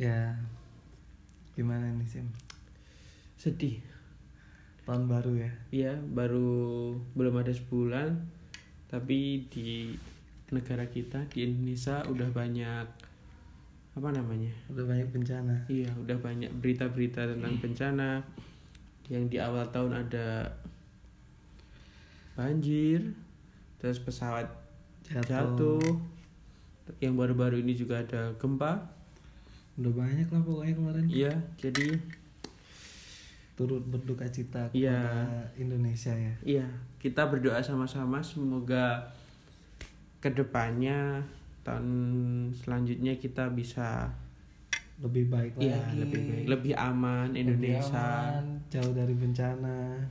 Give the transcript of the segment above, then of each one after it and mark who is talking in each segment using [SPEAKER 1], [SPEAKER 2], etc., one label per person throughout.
[SPEAKER 1] ya gimana nih Sim
[SPEAKER 2] sedih
[SPEAKER 1] tahun baru ya
[SPEAKER 2] ya baru belum ada sebulan tapi di negara kita di Indonesia udah banyak apa namanya
[SPEAKER 1] udah banyak bencana
[SPEAKER 2] iya udah banyak berita-berita tentang bencana yang di awal tahun ada banjir terus pesawat
[SPEAKER 1] jatuh,
[SPEAKER 2] jatuh yang baru-baru ini juga ada gempa
[SPEAKER 1] udah banyak lah pokoknya kemarin
[SPEAKER 2] iya jadi
[SPEAKER 1] turut berduka cita kepada
[SPEAKER 2] Iya.
[SPEAKER 1] Indonesia ya
[SPEAKER 2] Iya, kita berdoa sama-sama semoga kedepannya tahun selanjutnya kita bisa
[SPEAKER 1] lebih baik
[SPEAKER 2] ya,
[SPEAKER 1] lagi
[SPEAKER 2] lebih baik, lebih aman Indonesia.
[SPEAKER 1] aman, jauh dari bencana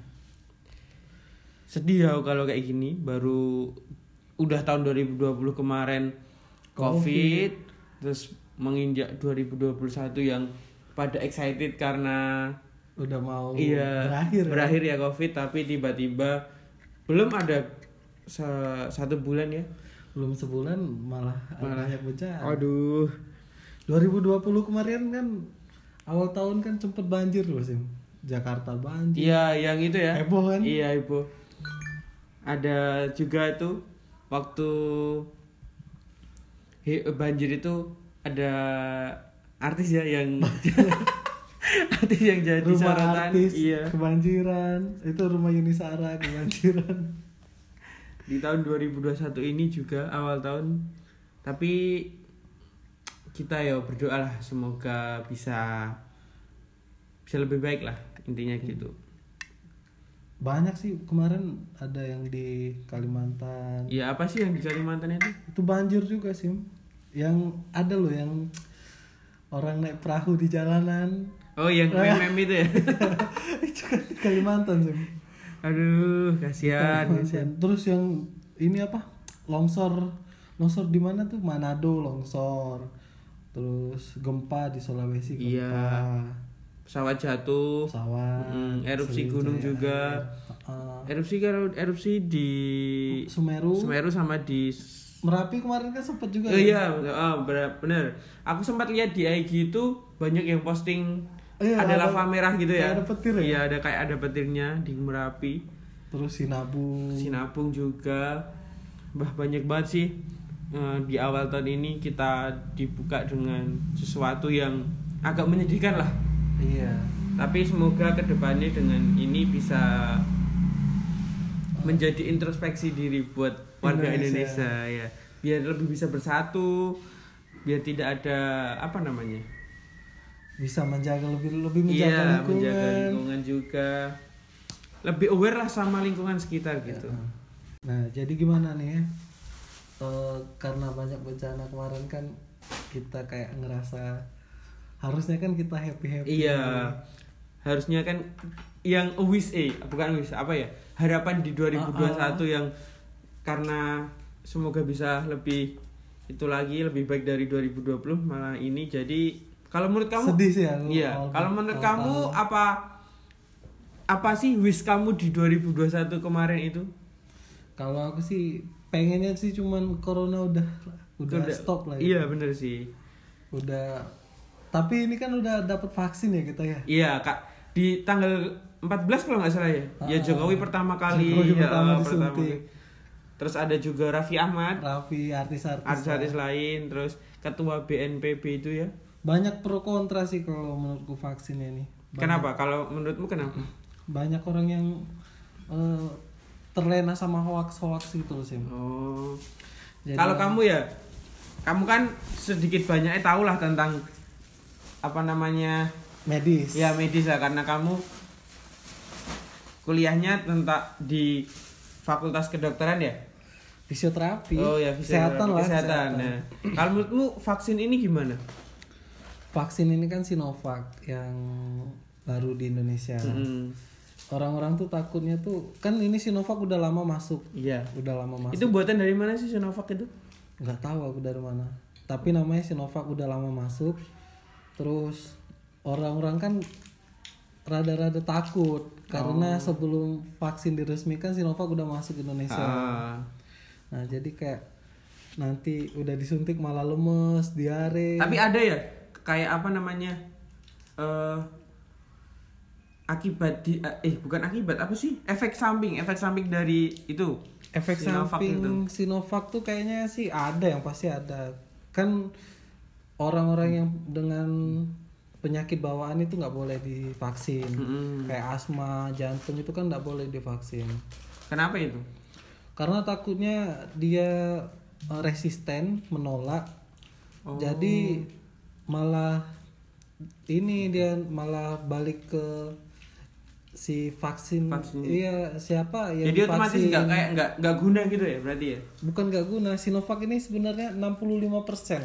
[SPEAKER 2] Sedih ya kalau kayak gini, baru udah tahun 2020 kemarin COVID, terus menginjak 2021 yang pada excited karena
[SPEAKER 1] udah mau
[SPEAKER 2] iya
[SPEAKER 1] Oh, berakhir ya.
[SPEAKER 2] ya COVID tapi tiba-tiba belum ada se- satu bulan ya
[SPEAKER 1] belum sebulan malah, malah. banyak bencana
[SPEAKER 2] Aduh.
[SPEAKER 1] 2020 kemarin kan awal tahun kan sempet banjir loh Sim Jakarta banjir
[SPEAKER 2] Iya, yang itu ya.
[SPEAKER 1] heboh kan
[SPEAKER 2] Iya, Ibu. Ada juga itu waktu he- banjir itu ada artis ya yang artis yang jadi
[SPEAKER 1] rumah
[SPEAKER 2] sorotan.
[SPEAKER 1] artis
[SPEAKER 2] Iya.
[SPEAKER 1] kebanjiran itu rumah Yunisara kebanjiran
[SPEAKER 2] Di tahun 2021 ini juga awal tahun tapi kita ya berdoalah semoga bisa bisa lebih baik lah intinya gitu.
[SPEAKER 1] banyak sih kemarin ada yang di Kalimantan
[SPEAKER 2] Ya apa sih yang di Kalimantan itu?
[SPEAKER 1] itu banjir juga Sim yang ada loh yang orang naik perahu di jalanan
[SPEAKER 2] Oh yang meme itu ya.
[SPEAKER 1] itu kan di Kalimantan Sim
[SPEAKER 2] Aduh, kasihan.
[SPEAKER 1] Kalimantan. terus yang ini apa longsor longsor di mana tuh Manado longsor terus gempa di Sulawesi gempa
[SPEAKER 2] Iya. Pesawat jatuh.
[SPEAKER 1] pesawat
[SPEAKER 2] Mm, erupsi
[SPEAKER 1] Sriwijaya
[SPEAKER 2] gunung juga.
[SPEAKER 1] Air.
[SPEAKER 2] Erupsi kalau erupsi di
[SPEAKER 1] Uh, Sumeru
[SPEAKER 2] Semeru sama di
[SPEAKER 1] Merapi kemarin kan sempet juga
[SPEAKER 2] Eh, iya, ah, ber- bener. Aku sempat lihat di IG itu banyak yang posting
[SPEAKER 1] Iya,
[SPEAKER 2] ada
[SPEAKER 1] ada-
[SPEAKER 2] lava merah gitu ya.
[SPEAKER 1] kayak ada petir ya?
[SPEAKER 2] Iya, ada kayak ada petirnya di Merapi,
[SPEAKER 1] terus Sinabu
[SPEAKER 2] Sinapung juga. Bah banyak banget sih. Eh, di awal tahun ini kita dibuka dengan sesuatu yang agak menyedihkan lah.
[SPEAKER 1] iya
[SPEAKER 2] tapi semoga kedepannya dengan ini bisa menjadi introspeksi diri buat warga
[SPEAKER 1] Indonesia.
[SPEAKER 2] Indonesia, ya biar lebih bisa bersatu biar tidak ada apa namanya
[SPEAKER 1] bisa menjaga lebih lebih menjaga
[SPEAKER 2] iya
[SPEAKER 1] lingkungan
[SPEAKER 2] menjaga lingkungan juga lebih aware lah sama lingkungan sekitar gitu
[SPEAKER 1] nah jadi gimana nih ya Eh, karena banyak bencana kemarin kan kita kayak ngerasa harusnya kan kita happy happy
[SPEAKER 2] iya harusnya kan yang a wish eh bukan wish apa ya harapan di 2021
[SPEAKER 1] Ah,
[SPEAKER 2] yang karena semoga bisa lebih itu lagi lebih baik dari 2020 malah ini jadi kalau menurut kamu
[SPEAKER 1] sedih sih aku
[SPEAKER 2] iya
[SPEAKER 1] awal-
[SPEAKER 2] kalau menurut
[SPEAKER 1] awal
[SPEAKER 2] kamu
[SPEAKER 1] tahun.
[SPEAKER 2] apa apa sih wish kamu di 2021 kemarin itu
[SPEAKER 1] kalau aku sih pengennya sih cuman corona udah udah, stop lah ya.
[SPEAKER 2] iya bener sih
[SPEAKER 1] udah tapi ini kan udah dapat vaksin ya kita ya
[SPEAKER 2] Iya kak di tanggal 14 kalau nggak salah ya. ya
[SPEAKER 1] Ah,
[SPEAKER 2] Jokowi pertama kali.
[SPEAKER 1] Jokowi
[SPEAKER 2] ya,
[SPEAKER 1] pertama
[SPEAKER 2] pertama
[SPEAKER 1] disuntik.
[SPEAKER 2] kali. Terus ada juga Raffi Ahmad,
[SPEAKER 1] Raffi artis-artis
[SPEAKER 2] artis-artis
[SPEAKER 1] Iya.
[SPEAKER 2] lain, terus ketua BNPB itu ya.
[SPEAKER 1] banyak pro kontra sih kalau menurutku vaksin ini
[SPEAKER 2] Kenapa? Kalau menurutmu kenapa?
[SPEAKER 1] banyak orang yang eh, terlena sama hoax hoax gitu loh Sim.
[SPEAKER 2] Oh.
[SPEAKER 1] Jadi-
[SPEAKER 2] Kalau kamu ya, kamu kan sedikit banyaknya tahu lah tentang apa namanya
[SPEAKER 1] medis
[SPEAKER 2] ya medis lah karena kamu kuliahnya tentang di Fakultas Kedokteran ya.
[SPEAKER 1] fisioterapi
[SPEAKER 2] Oh ya,
[SPEAKER 1] kesehatan lah
[SPEAKER 2] Kesehatan.
[SPEAKER 1] kesehatan.
[SPEAKER 2] Nah, kalau menurutmu vaksin ini gimana?
[SPEAKER 1] vaksin ini kan Sinovac yang baru di Indonesia
[SPEAKER 2] Hmm,
[SPEAKER 1] orang-orang tuh takutnya tuh kan ini Sinovac udah lama masuk
[SPEAKER 2] Iya.
[SPEAKER 1] udah lama masuk
[SPEAKER 2] Itu buatan dari mana sih Sinovac itu?
[SPEAKER 1] nggak tahu aku dari mana tapi namanya Sinovac udah lama masuk terus orang-orang kan rada-rada takut karena
[SPEAKER 2] Oh.
[SPEAKER 1] sebelum vaksin diresmikan Sinovac udah masuk Indonesia
[SPEAKER 2] Ah,
[SPEAKER 1] nah jadi kayak nanti udah disuntik malah lemes diare
[SPEAKER 2] tapi ada ya kayak apa namanya eh akibat di eh bukan akibat apa sih efek samping efek samping dari itu
[SPEAKER 1] efek
[SPEAKER 2] Sinovac
[SPEAKER 1] samping
[SPEAKER 2] itu.
[SPEAKER 1] Sinovac tuh kayaknya sih ada yang pasti ada kan orang-orang yang dengan penyakit bawaan itu nggak boleh divaksin
[SPEAKER 2] Mm-mm.
[SPEAKER 1] kayak asma jantung itu kan nggak boleh divaksin
[SPEAKER 2] kenapa itu
[SPEAKER 1] karena takutnya dia eh, resisten menolak
[SPEAKER 2] Oh.
[SPEAKER 1] jadi malah ini dia malah balik ke si vaksin,
[SPEAKER 2] Vaksin.
[SPEAKER 1] iya siapa yang
[SPEAKER 2] jadi otomatis
[SPEAKER 1] divaksin.
[SPEAKER 2] nggak kayak nggak nggak guna gitu ya berarti ya
[SPEAKER 1] Bukan gak guna, Sinovac ini sebenarnya 65% persen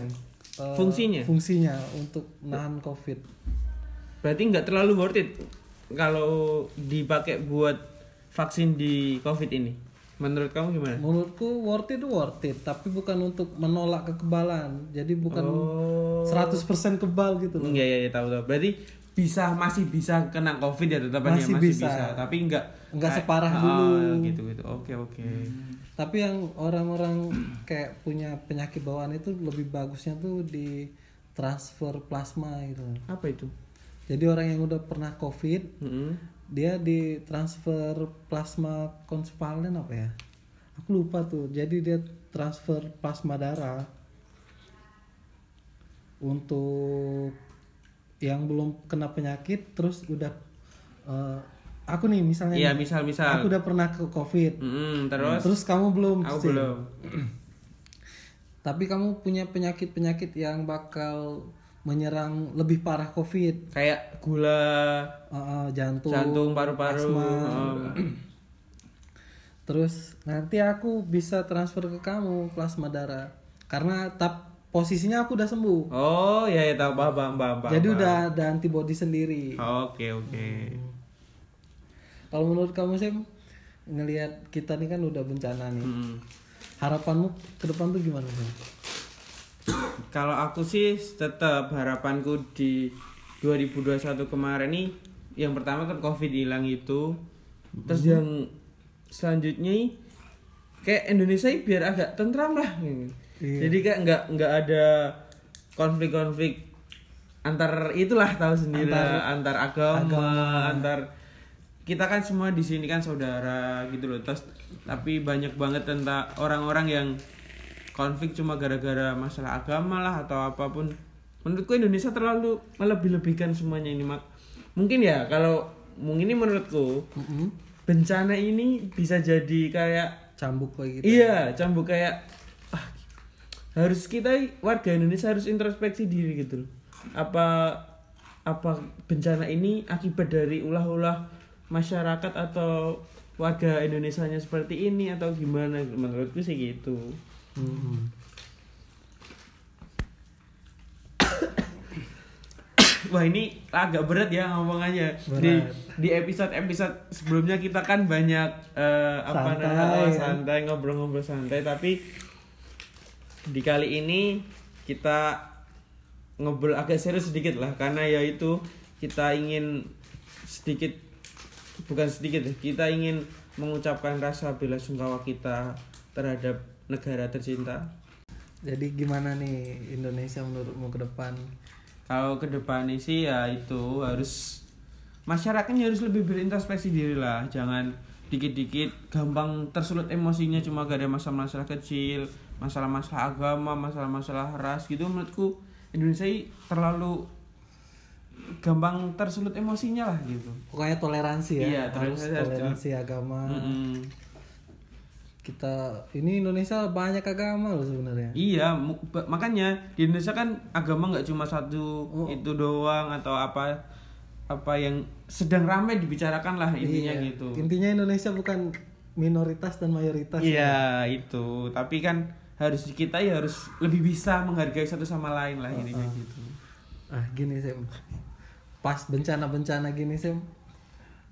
[SPEAKER 1] eh,
[SPEAKER 2] Fungsinya?
[SPEAKER 1] Fungsinya untuk nahan COVID.
[SPEAKER 2] berarti nggak terlalu worth it kalau dipakai buat vaksin di covid ini menurut kamu gimana
[SPEAKER 1] Menurutku worth it worth it, tapi bukan untuk menolak kekebalan. Jadi bukan
[SPEAKER 2] oh
[SPEAKER 1] 100% kebal gitu loh.
[SPEAKER 2] Iya iya iya, tahu tahu. Berarti bisa masih bisa kena covid ya tetapannya
[SPEAKER 1] Masih
[SPEAKER 2] masih,
[SPEAKER 1] bisa.
[SPEAKER 2] bisa. tapi enggak
[SPEAKER 1] Nggak
[SPEAKER 2] kayak-
[SPEAKER 1] separah
[SPEAKER 2] Ah,
[SPEAKER 1] dulu. Hmm.
[SPEAKER 2] gitu gitu. Oke oke.
[SPEAKER 1] Tapi yang orang-orang kayak punya penyakit bawaan itu lebih bagusnya tuh di transfer plasma gitu.
[SPEAKER 2] Apa itu?
[SPEAKER 1] Jadi orang yang udah pernah COVID,
[SPEAKER 2] Mm-mm.
[SPEAKER 1] dia di transfer plasma konvalen apa ya aku lupa tuh jadi dia transfer plasma darah untuk yang belum kena penyakit terus udah eh, aku nih misalnya
[SPEAKER 2] Iya
[SPEAKER 1] nih,
[SPEAKER 2] misal
[SPEAKER 1] aku
[SPEAKER 2] misal.
[SPEAKER 1] udah pernah ke covid
[SPEAKER 2] Mm-mm, terus
[SPEAKER 1] terus kamu belum
[SPEAKER 2] aku
[SPEAKER 1] sih.
[SPEAKER 2] belum.
[SPEAKER 1] tapi kamu punya penyakit penyakit yang bakal menyerang lebih parah covid
[SPEAKER 2] Kayak gula,
[SPEAKER 1] Eh, eh, jantung
[SPEAKER 2] jantung, paru-paru.
[SPEAKER 1] asma.
[SPEAKER 2] Oh.
[SPEAKER 1] Terus nanti aku bisa transfer ke kamu plasma darah. Karena tap posisinya aku udah sembuh.
[SPEAKER 2] Oh, ya ya tahu paham paham paham. paham,
[SPEAKER 1] Jadi
[SPEAKER 2] paham.
[SPEAKER 1] udah ada antibody sendiri.
[SPEAKER 2] Oke oke.
[SPEAKER 1] Kalau menurut kamu Sem ngelihat kita nih kan udah bencana nih.
[SPEAKER 2] Mm.
[SPEAKER 1] Harapanmu ke depan tuh gimana Sem?
[SPEAKER 2] Kalau aku sih tetap harapanku di 2021 kemarin nih yang pertama kan covid hilang itu. Terus yang selanjutnya nih, kayak Indonesia ini biar agak tentram lah. gitu. Jadi kayak nggak nggak ada konflik-konflik antar itulah tahu sendiri lah, antar, agama, antar kita kan semua di sini kan saudara gitu loh. Terus tapi banyak banget tentang orang-orang yang konflik cuma gara-gara masalah agama lah atau apapun. Menurutku Indonesia terlalu melebih-lebihkan semuanya ini mak. Mungkin ya kalau mungkin ini menurutku
[SPEAKER 1] Mm-mm.
[SPEAKER 2] bencana ini bisa jadi kayak
[SPEAKER 1] Cambuk kayak gitu.
[SPEAKER 2] iya cambuk kayak ah, harus kita warga Indonesia harus introspeksi diri gitu loh apa apa bencana ini akibat dari ulah-ulah masyarakat atau warga Indonesianya seperti ini atau gimana menurutku sih gitu
[SPEAKER 1] Mm-mm.
[SPEAKER 2] wah ini agak berat ya ngomongannya
[SPEAKER 1] Berat.
[SPEAKER 2] di di episode episode sebelumnya kita kan banyak eh, apa
[SPEAKER 1] Santai,
[SPEAKER 2] namanya
[SPEAKER 1] ya.
[SPEAKER 2] santai ngobrol-ngobrol santai tapi di kali ini kita ngobrol agak serius sedikit lah karena yaitu kita ingin sedikit bukan sedikit ya, kita ingin mengucapkan rasa bela sungkawa kita terhadap negara tercinta
[SPEAKER 1] Jadi gimana nih Indonesia menurutmu ke depan?
[SPEAKER 2] kalau ke depannya sih ya itu harus masyarakatnya harus lebih berintrospeksi diri lah jangan dikit-dikit gampang tersulut emosinya cuma gak ada masalah-masalah kecil masalah-masalah agama masalah-masalah ras gitu menurutku Indonesia ini terlalu gampang tersulut emosinya lah gitu
[SPEAKER 1] Pokoknya toleransi ya.
[SPEAKER 2] Iya,
[SPEAKER 1] Harus
[SPEAKER 2] toleransi harus- Hmm.
[SPEAKER 1] toleransi agama.
[SPEAKER 2] Mm-mm.
[SPEAKER 1] Kita ini Indonesia banyak agama loh sebenarnya.
[SPEAKER 2] Iya, mu- ba- makanya di Indonesia kan agama nggak cuma satu
[SPEAKER 1] Oh.
[SPEAKER 2] itu doang atau apa apa yang sedang ramai dibicarakan lah intinya
[SPEAKER 1] Iya.
[SPEAKER 2] gitu.
[SPEAKER 1] Intinya Indonesia bukan minoritas dan mayoritas. ya.
[SPEAKER 2] Iya itu, tapi kan harus kita ya harus lebih bisa menghargai satu sama lain lah intinya gitu.
[SPEAKER 1] Ah gini Sem, pas bencana-bencana gini Sem,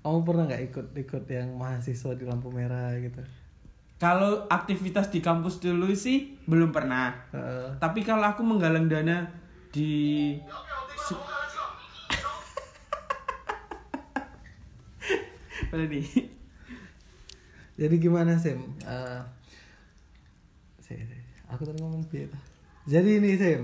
[SPEAKER 1] kamu pernah nggak ikut-ikut yang mahasiswa di lampu merah gitu?
[SPEAKER 2] Kalau aktivitas di kampus dulu sih belum pernah,
[SPEAKER 1] Heeh.
[SPEAKER 2] tapi kalau aku menggalang dana di se- Boleh nih.
[SPEAKER 1] jadi gimana Sem? Eh, saya- saya- aku tadi ngomong piye tah? Jadi ini Sem, Eh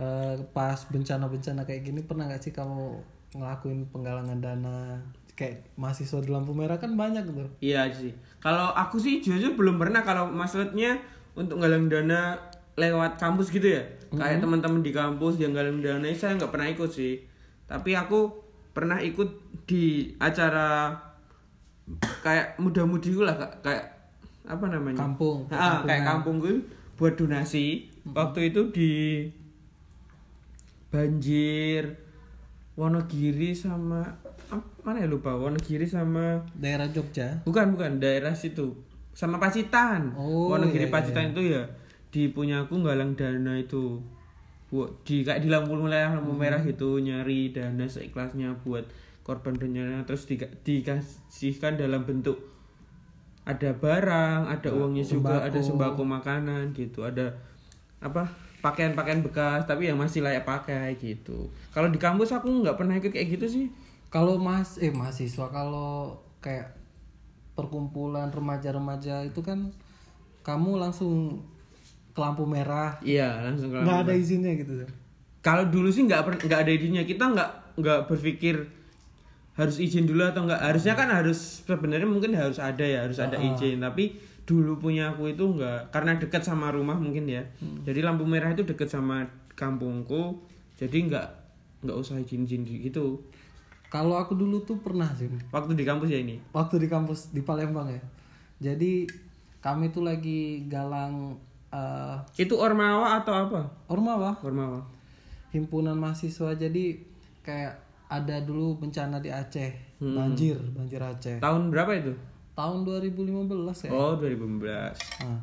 [SPEAKER 1] eh, pas bencana-bencana kayak gini pernah nggak sih kamu ngelakuin penggalangan dana kayak mahasiswa di lampu merah kan banyak tuh
[SPEAKER 2] Iya sih. Kalau aku sih jujur belum pernah kalau maksudnya untuk galang dana lewat kampus gitu ya. Kayak teman-teman di kampus yang galang dana saya nggak pernah ikut sih. Tapi aku pernah ikut di acara kayak muda-mudi lah Kak. kayak apa namanya?
[SPEAKER 1] Kampung,
[SPEAKER 2] Ah, kayak kampung gue buat donasi. Waktu itu di Banjir Wonogiri sama ah, mana ya lupa Wonogiri sama
[SPEAKER 1] daerah Jogja
[SPEAKER 2] Bukan, bukan daerah situ. Sama Pacitan.
[SPEAKER 1] Oh, iya, iya,
[SPEAKER 2] Wonogiri Pacitan itu ya di punya aku galang dana itu. Buat di kayak di lampu merah, lampu
[SPEAKER 1] Hmm.
[SPEAKER 2] merah gitu nyari dana seikhlasnya buat korban bencana terus diga- dikasihkan dalam bentuk ada barang, ada uangnya juga, ada sembako makanan gitu, ada apa pakaian-pakaian bekas tapi yang masih layak pakai gitu. Kalau di kampus aku nggak pernah ikut kayak gitu sih.
[SPEAKER 1] kalau mas eh mahasiswa kalau kayak perkumpulan remaja-remaja itu kan kamu langsung ke lampu merah
[SPEAKER 2] Iya, langsung ke
[SPEAKER 1] nggak ada izinnya gitu Zan.
[SPEAKER 2] kalau dulu sih nggak per- nggak ada izinnya kita nggak nggak berpikir harus izin dulu atau nggak harusnya kan harus sebenarnya mungkin harus ada ya harus ada izin tapi dulu punya aku itu nggak karena dekat sama rumah mungkin ya jadi lampu merah itu dekat sama kampungku jadi nggak nggak usah izin izin gitu
[SPEAKER 1] kalau aku dulu tuh pernah sih
[SPEAKER 2] waktu di kampus ya ini
[SPEAKER 1] waktu di kampus di Palembang ya jadi kami tuh lagi galang eh,
[SPEAKER 2] itu ormawa atau apa
[SPEAKER 1] ormawa
[SPEAKER 2] ormawa
[SPEAKER 1] himpunan mahasiswa jadi kayak ada dulu bencana di Aceh
[SPEAKER 2] Hmm.
[SPEAKER 1] banjir banjir Aceh
[SPEAKER 2] tahun berapa itu
[SPEAKER 1] tahun 2015 ya
[SPEAKER 2] oh 2015
[SPEAKER 1] Nah,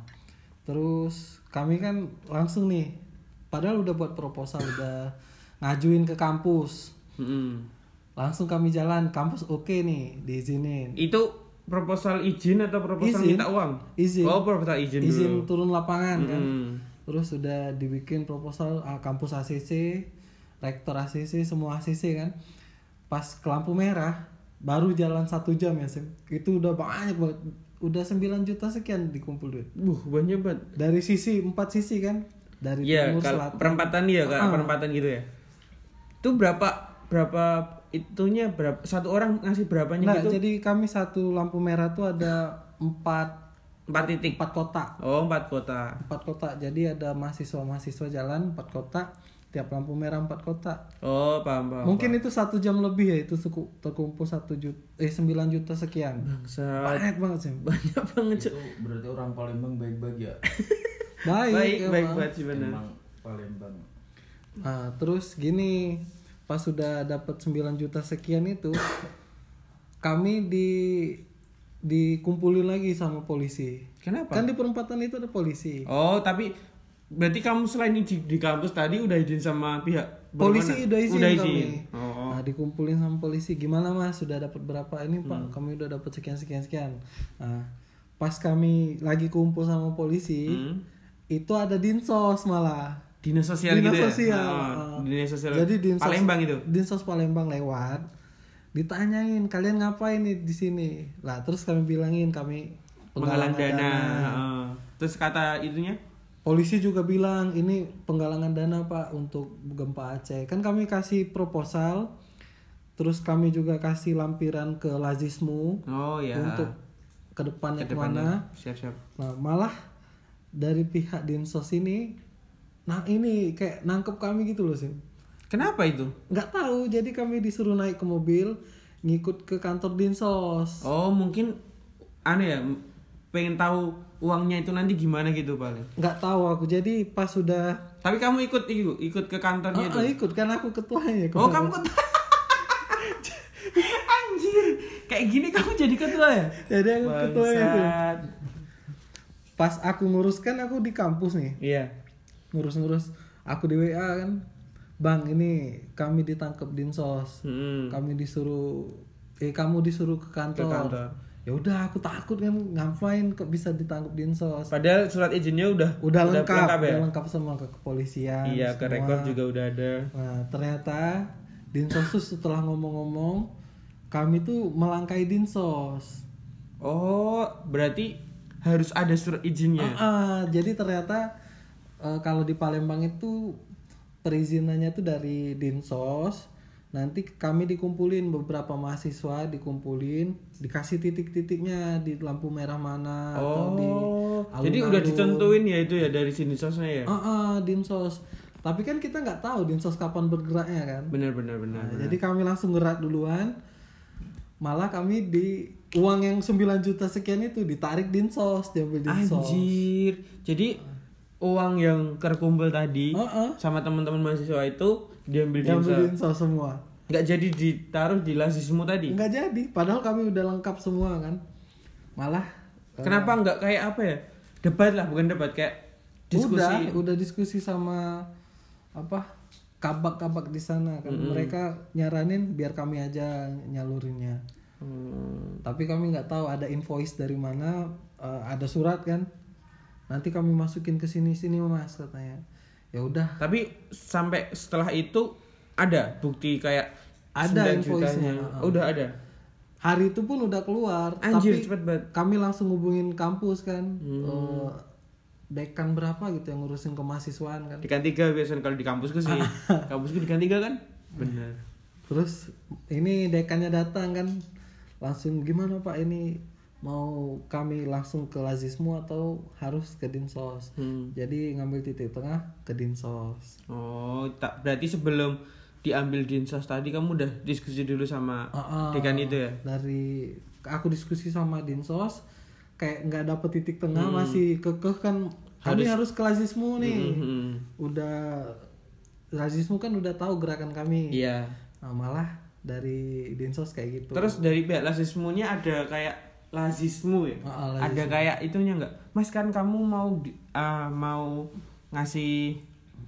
[SPEAKER 1] terus kami kan langsung nih padahal udah buat proposal udah ngajuin ke kampus
[SPEAKER 2] Mm-mm.
[SPEAKER 1] langsung kami jalan kampus oke nih diizinin
[SPEAKER 2] itu proposal izin atau proposal minta uang
[SPEAKER 1] izin
[SPEAKER 2] oh proposal izin, dulu
[SPEAKER 1] izin turun lapangan kan
[SPEAKER 2] Hmm.
[SPEAKER 1] terus udah dibikin proposal ah, kampus ACC rektor ACC semua ACC kan pas ke lampu merah baru jalan satu jam ya Sim. itu udah banyak banget udah 9 juta sekian dikumpul duit
[SPEAKER 2] Buh, banyak banget.
[SPEAKER 1] dari sisi empat sisi kan dari
[SPEAKER 2] Iya,
[SPEAKER 1] timur
[SPEAKER 2] kalau
[SPEAKER 1] selatan Ah.
[SPEAKER 2] perempatan ya, kalau perempatan gitu ya. Itu berapa berapa itunya berapa satu orang ngasih berapanya
[SPEAKER 1] Nah,
[SPEAKER 2] gitu?
[SPEAKER 1] jadi kami satu lampu merah tuh ada empat
[SPEAKER 2] Empat titik.
[SPEAKER 1] empat kotak
[SPEAKER 2] Oh, empat kota.
[SPEAKER 1] empat kotak jadi ada mahasiswa mahasiswa jalan empat kotak tiap lampu merah empat kotak
[SPEAKER 2] Oh, paham paham.
[SPEAKER 1] mungkin itu satu jam lebih ya itu suku- terkumpul satu juta eh sembilan juta sekian
[SPEAKER 2] Hmm. Bangsat.
[SPEAKER 1] banyak banget sih
[SPEAKER 2] Banyak banget.
[SPEAKER 3] itu berarti orang Palembang baik-baik ya
[SPEAKER 1] baik,
[SPEAKER 2] Baik,
[SPEAKER 1] emang.
[SPEAKER 2] baik banget sih bener.
[SPEAKER 3] emang Palembang
[SPEAKER 1] Nah, terus gini, pas sudah dapat 9 juta sekian itu kami di dikumpulin lagi sama polisi.
[SPEAKER 2] Kenapa?
[SPEAKER 1] Kan di perempatan itu ada polisi.
[SPEAKER 2] Oh, tapi berarti kamu selain di, di kampus tadi udah izin sama pihak
[SPEAKER 1] Polisi
[SPEAKER 2] berwenang?
[SPEAKER 1] udah izin
[SPEAKER 2] Udah
[SPEAKER 1] kami.
[SPEAKER 2] izin. Oh.
[SPEAKER 1] Nah, dikumpulin sama polisi. Gimana Mas, sudah dapat berapa? Ini Pak,
[SPEAKER 2] Hmm.
[SPEAKER 1] kami udah dapat sekian sekian sekian. Nah, pas kami lagi kumpul sama polisi,
[SPEAKER 2] Hmm.
[SPEAKER 1] itu ada dinsos malah.
[SPEAKER 2] Dinas sosial
[SPEAKER 1] Dinas
[SPEAKER 2] gitu
[SPEAKER 1] sosial,
[SPEAKER 2] ya.
[SPEAKER 1] ah.
[SPEAKER 2] Oh, dinas sosial.
[SPEAKER 1] Jadi dinsos
[SPEAKER 2] Palembang gitu? itu.
[SPEAKER 1] Dinsos Palembang lewat, ditanyain kalian ngapain nih di sini. Lah terus kami bilangin kami
[SPEAKER 2] Penggalang
[SPEAKER 1] penggalangan
[SPEAKER 2] dana. Oh. Terus kata itunya
[SPEAKER 1] Polisi juga bilang ini penggalangan dana pak untuk gempa Aceh. Kan kami kasih proposal, terus kami juga kasih lampiran ke Lazismu
[SPEAKER 2] Oh ya.
[SPEAKER 1] untuk kedepannya, kemana.
[SPEAKER 2] Siap-siap.
[SPEAKER 1] Nah, malah dari pihak dinsos ini, nah ini kayak nangkep kami gitu loh sih.
[SPEAKER 2] Kenapa itu?
[SPEAKER 1] nggak tahu jadi kami disuruh naik ke mobil ngikut ke kantor dinsos
[SPEAKER 2] Oh mungkin aneh ya m- pengen tahu uangnya itu nanti gimana gitu paling.
[SPEAKER 1] nggak tahu aku jadi pas sudah
[SPEAKER 2] Tapi kamu ikut itu, ikut ke kantornya itu.
[SPEAKER 1] Ah, ikut kan aku ketuanya
[SPEAKER 2] gitu? Oh kamu ikut. Anjir, kayak gini kamu jadi ketua ya?
[SPEAKER 1] jadi aku ketuanya Sim.
[SPEAKER 2] Bangsat.
[SPEAKER 1] pas aku ngurus kan aku di kampus nih
[SPEAKER 2] Iya.
[SPEAKER 1] ngurus-ngurus aku di WA kan bang ini kami ditangkap dinsos
[SPEAKER 2] Mm-mm.
[SPEAKER 1] kami disuruh eh kamu disuruh ke kantor,
[SPEAKER 2] kantor.
[SPEAKER 1] ya udah aku takut kan ngapain kok bisa ditangkap dinsos
[SPEAKER 2] Padahal surat izinnya udah
[SPEAKER 1] udah, lengkap,
[SPEAKER 2] ya.
[SPEAKER 1] udah lengkap sama ke kepolisian
[SPEAKER 2] Iya, ke
[SPEAKER 1] semua.
[SPEAKER 2] rekor juga udah ada.
[SPEAKER 1] Nah, ternyata Dinsos tuh setelah ngomong-ngomong, kami tuh melangkai Dinsos.
[SPEAKER 2] Oh, berarti harus Iya. ada surat izinnya.
[SPEAKER 1] Ah, jadi ternyata eh, kalau di Palembang itu perizinannya tuh dari dinsos nanti kami dikumpulin beberapa mahasiswa dikumpulin dikasih titik-titiknya di lampu merah mana Ah, atau di
[SPEAKER 2] Oh, jadi udah
[SPEAKER 1] alun-alun.
[SPEAKER 2] ditentuin ya itu ya dari sini sosnya ya.
[SPEAKER 1] Ah, ah, dinsos tapi kan kita nggak tahu dinsos kapan bergeraknya kan
[SPEAKER 2] Benar benar benar.
[SPEAKER 1] Nah, jadi kami langsung gerak duluan malah kami di uang yang 9 juta sekian itu ditarik dinsos diambil dinsos
[SPEAKER 2] Anjir. Jadi uang yang terkumpul tadi
[SPEAKER 1] Heeh.
[SPEAKER 2] sama teman-teman mahasiswa itu diambil
[SPEAKER 1] diambil
[SPEAKER 2] dinsa.
[SPEAKER 1] dinsos semua
[SPEAKER 2] Nggak jadi ditaruh di lasismu tadi.
[SPEAKER 1] nggak jadi padahal kami udah lengkap semua kan malah eh,
[SPEAKER 2] Kenapa nggak kayak apa ya? Debat lah, bukan debat kayak diskusi.
[SPEAKER 1] udah udah diskusi sama apa kabak-kabak di sana kan mereka nyaranin biar kami aja nyalurinnya
[SPEAKER 2] Hmm.
[SPEAKER 1] tapi kami nggak tahu ada invoice dari mana eh, ada surat kan nanti kami masukin ke sini sini mas katanya ya udah
[SPEAKER 2] Tapi sampai setelah itu ada bukti kayak
[SPEAKER 1] Ada
[SPEAKER 2] 9 jutanya.
[SPEAKER 1] invoice-nya, heeh.
[SPEAKER 2] Udah ada.
[SPEAKER 1] hari itu pun udah keluar
[SPEAKER 2] Anjir,
[SPEAKER 1] tapi
[SPEAKER 2] cepet banget.
[SPEAKER 1] kami langsung ngubungin kampus kan
[SPEAKER 2] Hmm.
[SPEAKER 1] Eh, dekan berapa gitu yang ngurusin kemahasiswaan kan
[SPEAKER 2] Dekan tiga biasanya kalau di kampusku sih. kampusku dekan tiga kan? Benar.
[SPEAKER 1] terus ini dekannya datang kan langsung gimana pak ini mau kami langsung ke lazismu atau harus ke dinsos
[SPEAKER 2] Hmm.
[SPEAKER 1] jadi ngambil titik tengah ke dinsos
[SPEAKER 2] Oh, tak berarti sebelum diambil dinsos tadi kamu udah diskusi dulu sama
[SPEAKER 1] Ah, ah.
[SPEAKER 2] dekan itu ya?
[SPEAKER 1] dari aku diskusi sama dinsos kayak nggak dapet titik tengah
[SPEAKER 2] Hmm.
[SPEAKER 1] masih kekeh kan kami harus ke lazismu nih
[SPEAKER 2] Mhm.
[SPEAKER 1] udah lazismu kan udah tahu gerakan kami
[SPEAKER 2] Iya.
[SPEAKER 1] Nah, malah dari dinsos kayak gitu
[SPEAKER 2] Terus dari pihak lazismunya ada kayak lazismu ya?
[SPEAKER 1] Ah, ah, lazismu.
[SPEAKER 2] Ada kayak itunya nggak? Mas kan kamu mau di- ah, mau ngasih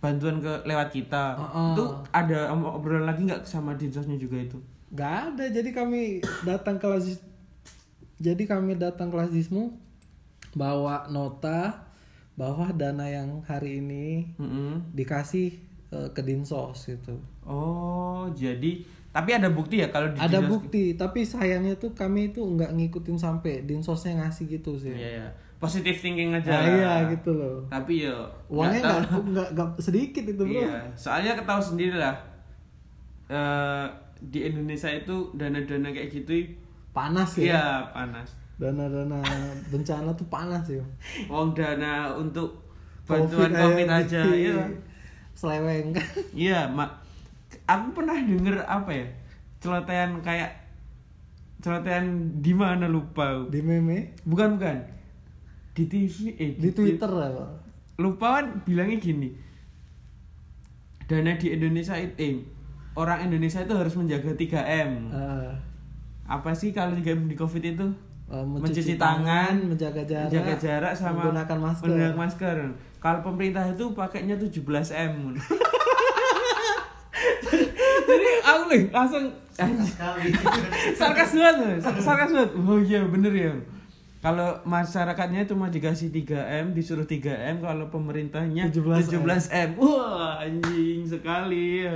[SPEAKER 2] bantuan ke lewat kita.
[SPEAKER 1] Ah, ah.
[SPEAKER 2] Itu ada om- obrolan lagi nggak sama dinsosnya juga itu?
[SPEAKER 1] nggak ada jadi kami datang ke lazis jadi kami datang ke lazismu bawa nota bawa dana yang hari ini
[SPEAKER 2] Mhm.
[SPEAKER 1] dikasih eh, ke dinsos gitu
[SPEAKER 2] Oh, jadi tapi ada bukti ya kalau di
[SPEAKER 1] ada
[SPEAKER 2] dinsos-
[SPEAKER 1] bukti tapi sayangnya tuh kami itu nggak ngikutin sampai dinsosnya ngasih gitu sih
[SPEAKER 2] Iya, iya. Positive thinking aja.
[SPEAKER 1] Ah, iya gitu loh
[SPEAKER 2] Tapi ya
[SPEAKER 1] uangnya
[SPEAKER 2] nggak
[SPEAKER 1] nggak nggak nggak sedikit itu bro
[SPEAKER 2] Iya, soalnya ketahu sendiri lah. Eh, di Indonesia itu dana-dana kayak gitu
[SPEAKER 1] panas ya
[SPEAKER 2] iya panas.
[SPEAKER 1] dana-dana bencana tuh panas ya
[SPEAKER 2] Uang dana untuk bantuan
[SPEAKER 1] Covid
[SPEAKER 2] Covid, aja,
[SPEAKER 1] di-
[SPEAKER 2] iya.
[SPEAKER 1] seleweng
[SPEAKER 2] Iya, Mak. Aku pernah denger apa ya? Celotehan kayak celotehan di mana lupa.
[SPEAKER 1] di meme
[SPEAKER 2] Bukan, bukan. Di TV eh
[SPEAKER 1] di
[SPEAKER 2] di-
[SPEAKER 1] Twitter ya Pak.
[SPEAKER 2] lupa kan bilangnya gini dana di Indonesia itu eh, orang Indonesia itu harus menjaga 3M
[SPEAKER 1] Eh,
[SPEAKER 2] apa sih kalau 3M di covid itu
[SPEAKER 1] eh,
[SPEAKER 2] Mencuci tangan,
[SPEAKER 1] menjaga jarak,
[SPEAKER 2] menjaga jarak sama
[SPEAKER 1] menggunakan masker
[SPEAKER 2] menggunakan masker. kalau pemerintah itu pakainya 17M Mun. jadi aku nih langsung sarkas banget Mun. Sar- sarkas banget oh iya bener ya kalau masyarakatnya cuma dikasih 3M, disuruh 3M, kalau pemerintahnya
[SPEAKER 1] 17M.
[SPEAKER 2] 17M. Wah, anjing sekali.